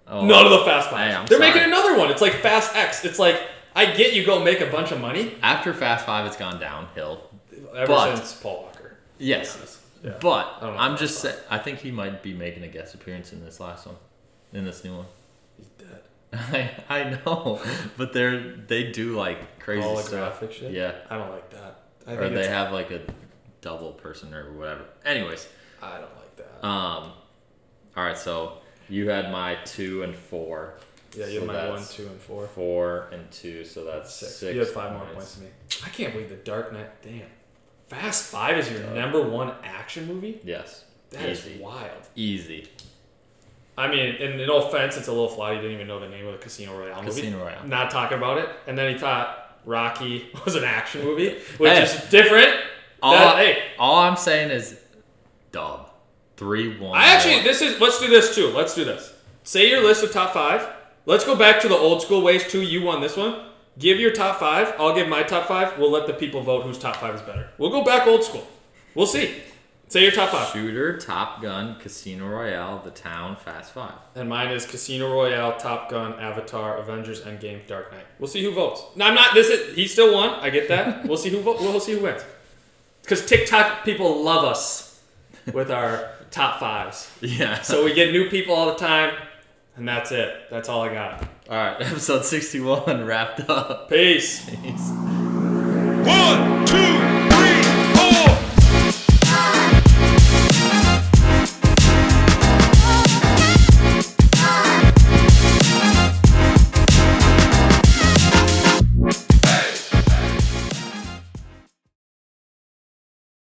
[SPEAKER 2] Oh.
[SPEAKER 1] None of the Fast Five.
[SPEAKER 2] Hey, I'm
[SPEAKER 1] they're
[SPEAKER 2] sorry.
[SPEAKER 1] making another one. It's like Fast X. It's like I get you go make a bunch of money
[SPEAKER 2] After Fast Five, it's gone downhill.
[SPEAKER 1] ever
[SPEAKER 2] But-
[SPEAKER 1] since Paul Walker.
[SPEAKER 2] Yes,
[SPEAKER 1] Yeah.
[SPEAKER 2] but
[SPEAKER 1] I don't know
[SPEAKER 2] I'm
[SPEAKER 1] about
[SPEAKER 2] just.
[SPEAKER 1] Fast
[SPEAKER 2] Say, I think he might be making a guest appearance in this last one, in this new one.
[SPEAKER 1] He's dead.
[SPEAKER 2] I, I know, but they're they do like crazy stuff.
[SPEAKER 1] Holographic shit.
[SPEAKER 2] Yeah.
[SPEAKER 1] I don't like that. I
[SPEAKER 2] or
[SPEAKER 1] think
[SPEAKER 2] they
[SPEAKER 1] it's-
[SPEAKER 2] have like a double person or whatever. Anyways,
[SPEAKER 1] I don't like that.
[SPEAKER 2] um, all right. So you had my two and four,
[SPEAKER 1] yeah, you
[SPEAKER 2] so
[SPEAKER 1] have my one,
[SPEAKER 2] that's-
[SPEAKER 1] two, and four.
[SPEAKER 2] four and two. So that's
[SPEAKER 1] Six.
[SPEAKER 2] six.
[SPEAKER 1] You have five more points
[SPEAKER 2] points.
[SPEAKER 1] than me. I can't believe the Dark Knight. Damn. Fast Five is your number one action movie.
[SPEAKER 2] Yes.
[SPEAKER 1] That is
[SPEAKER 2] easy.
[SPEAKER 1] wild.
[SPEAKER 2] Easy.
[SPEAKER 1] I mean, and no offense, it's a little flat. He didn't even know the name of the Casino Royale movie.
[SPEAKER 2] Casino Royale.
[SPEAKER 1] Not talking about it. And then he thought Rocky was an action movie, which
[SPEAKER 2] Hey.
[SPEAKER 1] is different.
[SPEAKER 2] All,
[SPEAKER 1] That- hey,
[SPEAKER 2] all I'm saying is, dub. Three one.
[SPEAKER 1] I actually,
[SPEAKER 2] one.
[SPEAKER 1] this is, let's do this too. Let's do this. Say your list of top five. Let's go back to the old school ways too. You won this one. Give your top five. I'll give my top five. We'll let the people vote whose top five is better. We'll go back old school. We'll see. Say your top five.
[SPEAKER 2] Shooter, Top Gun, Casino Royale, The Town, Fast Five.
[SPEAKER 1] And mine is Casino Royale, Top Gun, Avatar, Avengers, Endgame, Dark Knight. We'll see who votes. No, I'm not. This is he still won. I get that. We'll see who votes. We'll see who wins. Because TikTok people love us with our top fives.
[SPEAKER 2] Yeah.
[SPEAKER 1] So we get new people all the time, and that's it. That's all I got.
[SPEAKER 2] all right, episode sixty-one wrapped up.
[SPEAKER 1] Peace.
[SPEAKER 2] Peace.
[SPEAKER 5] One, two,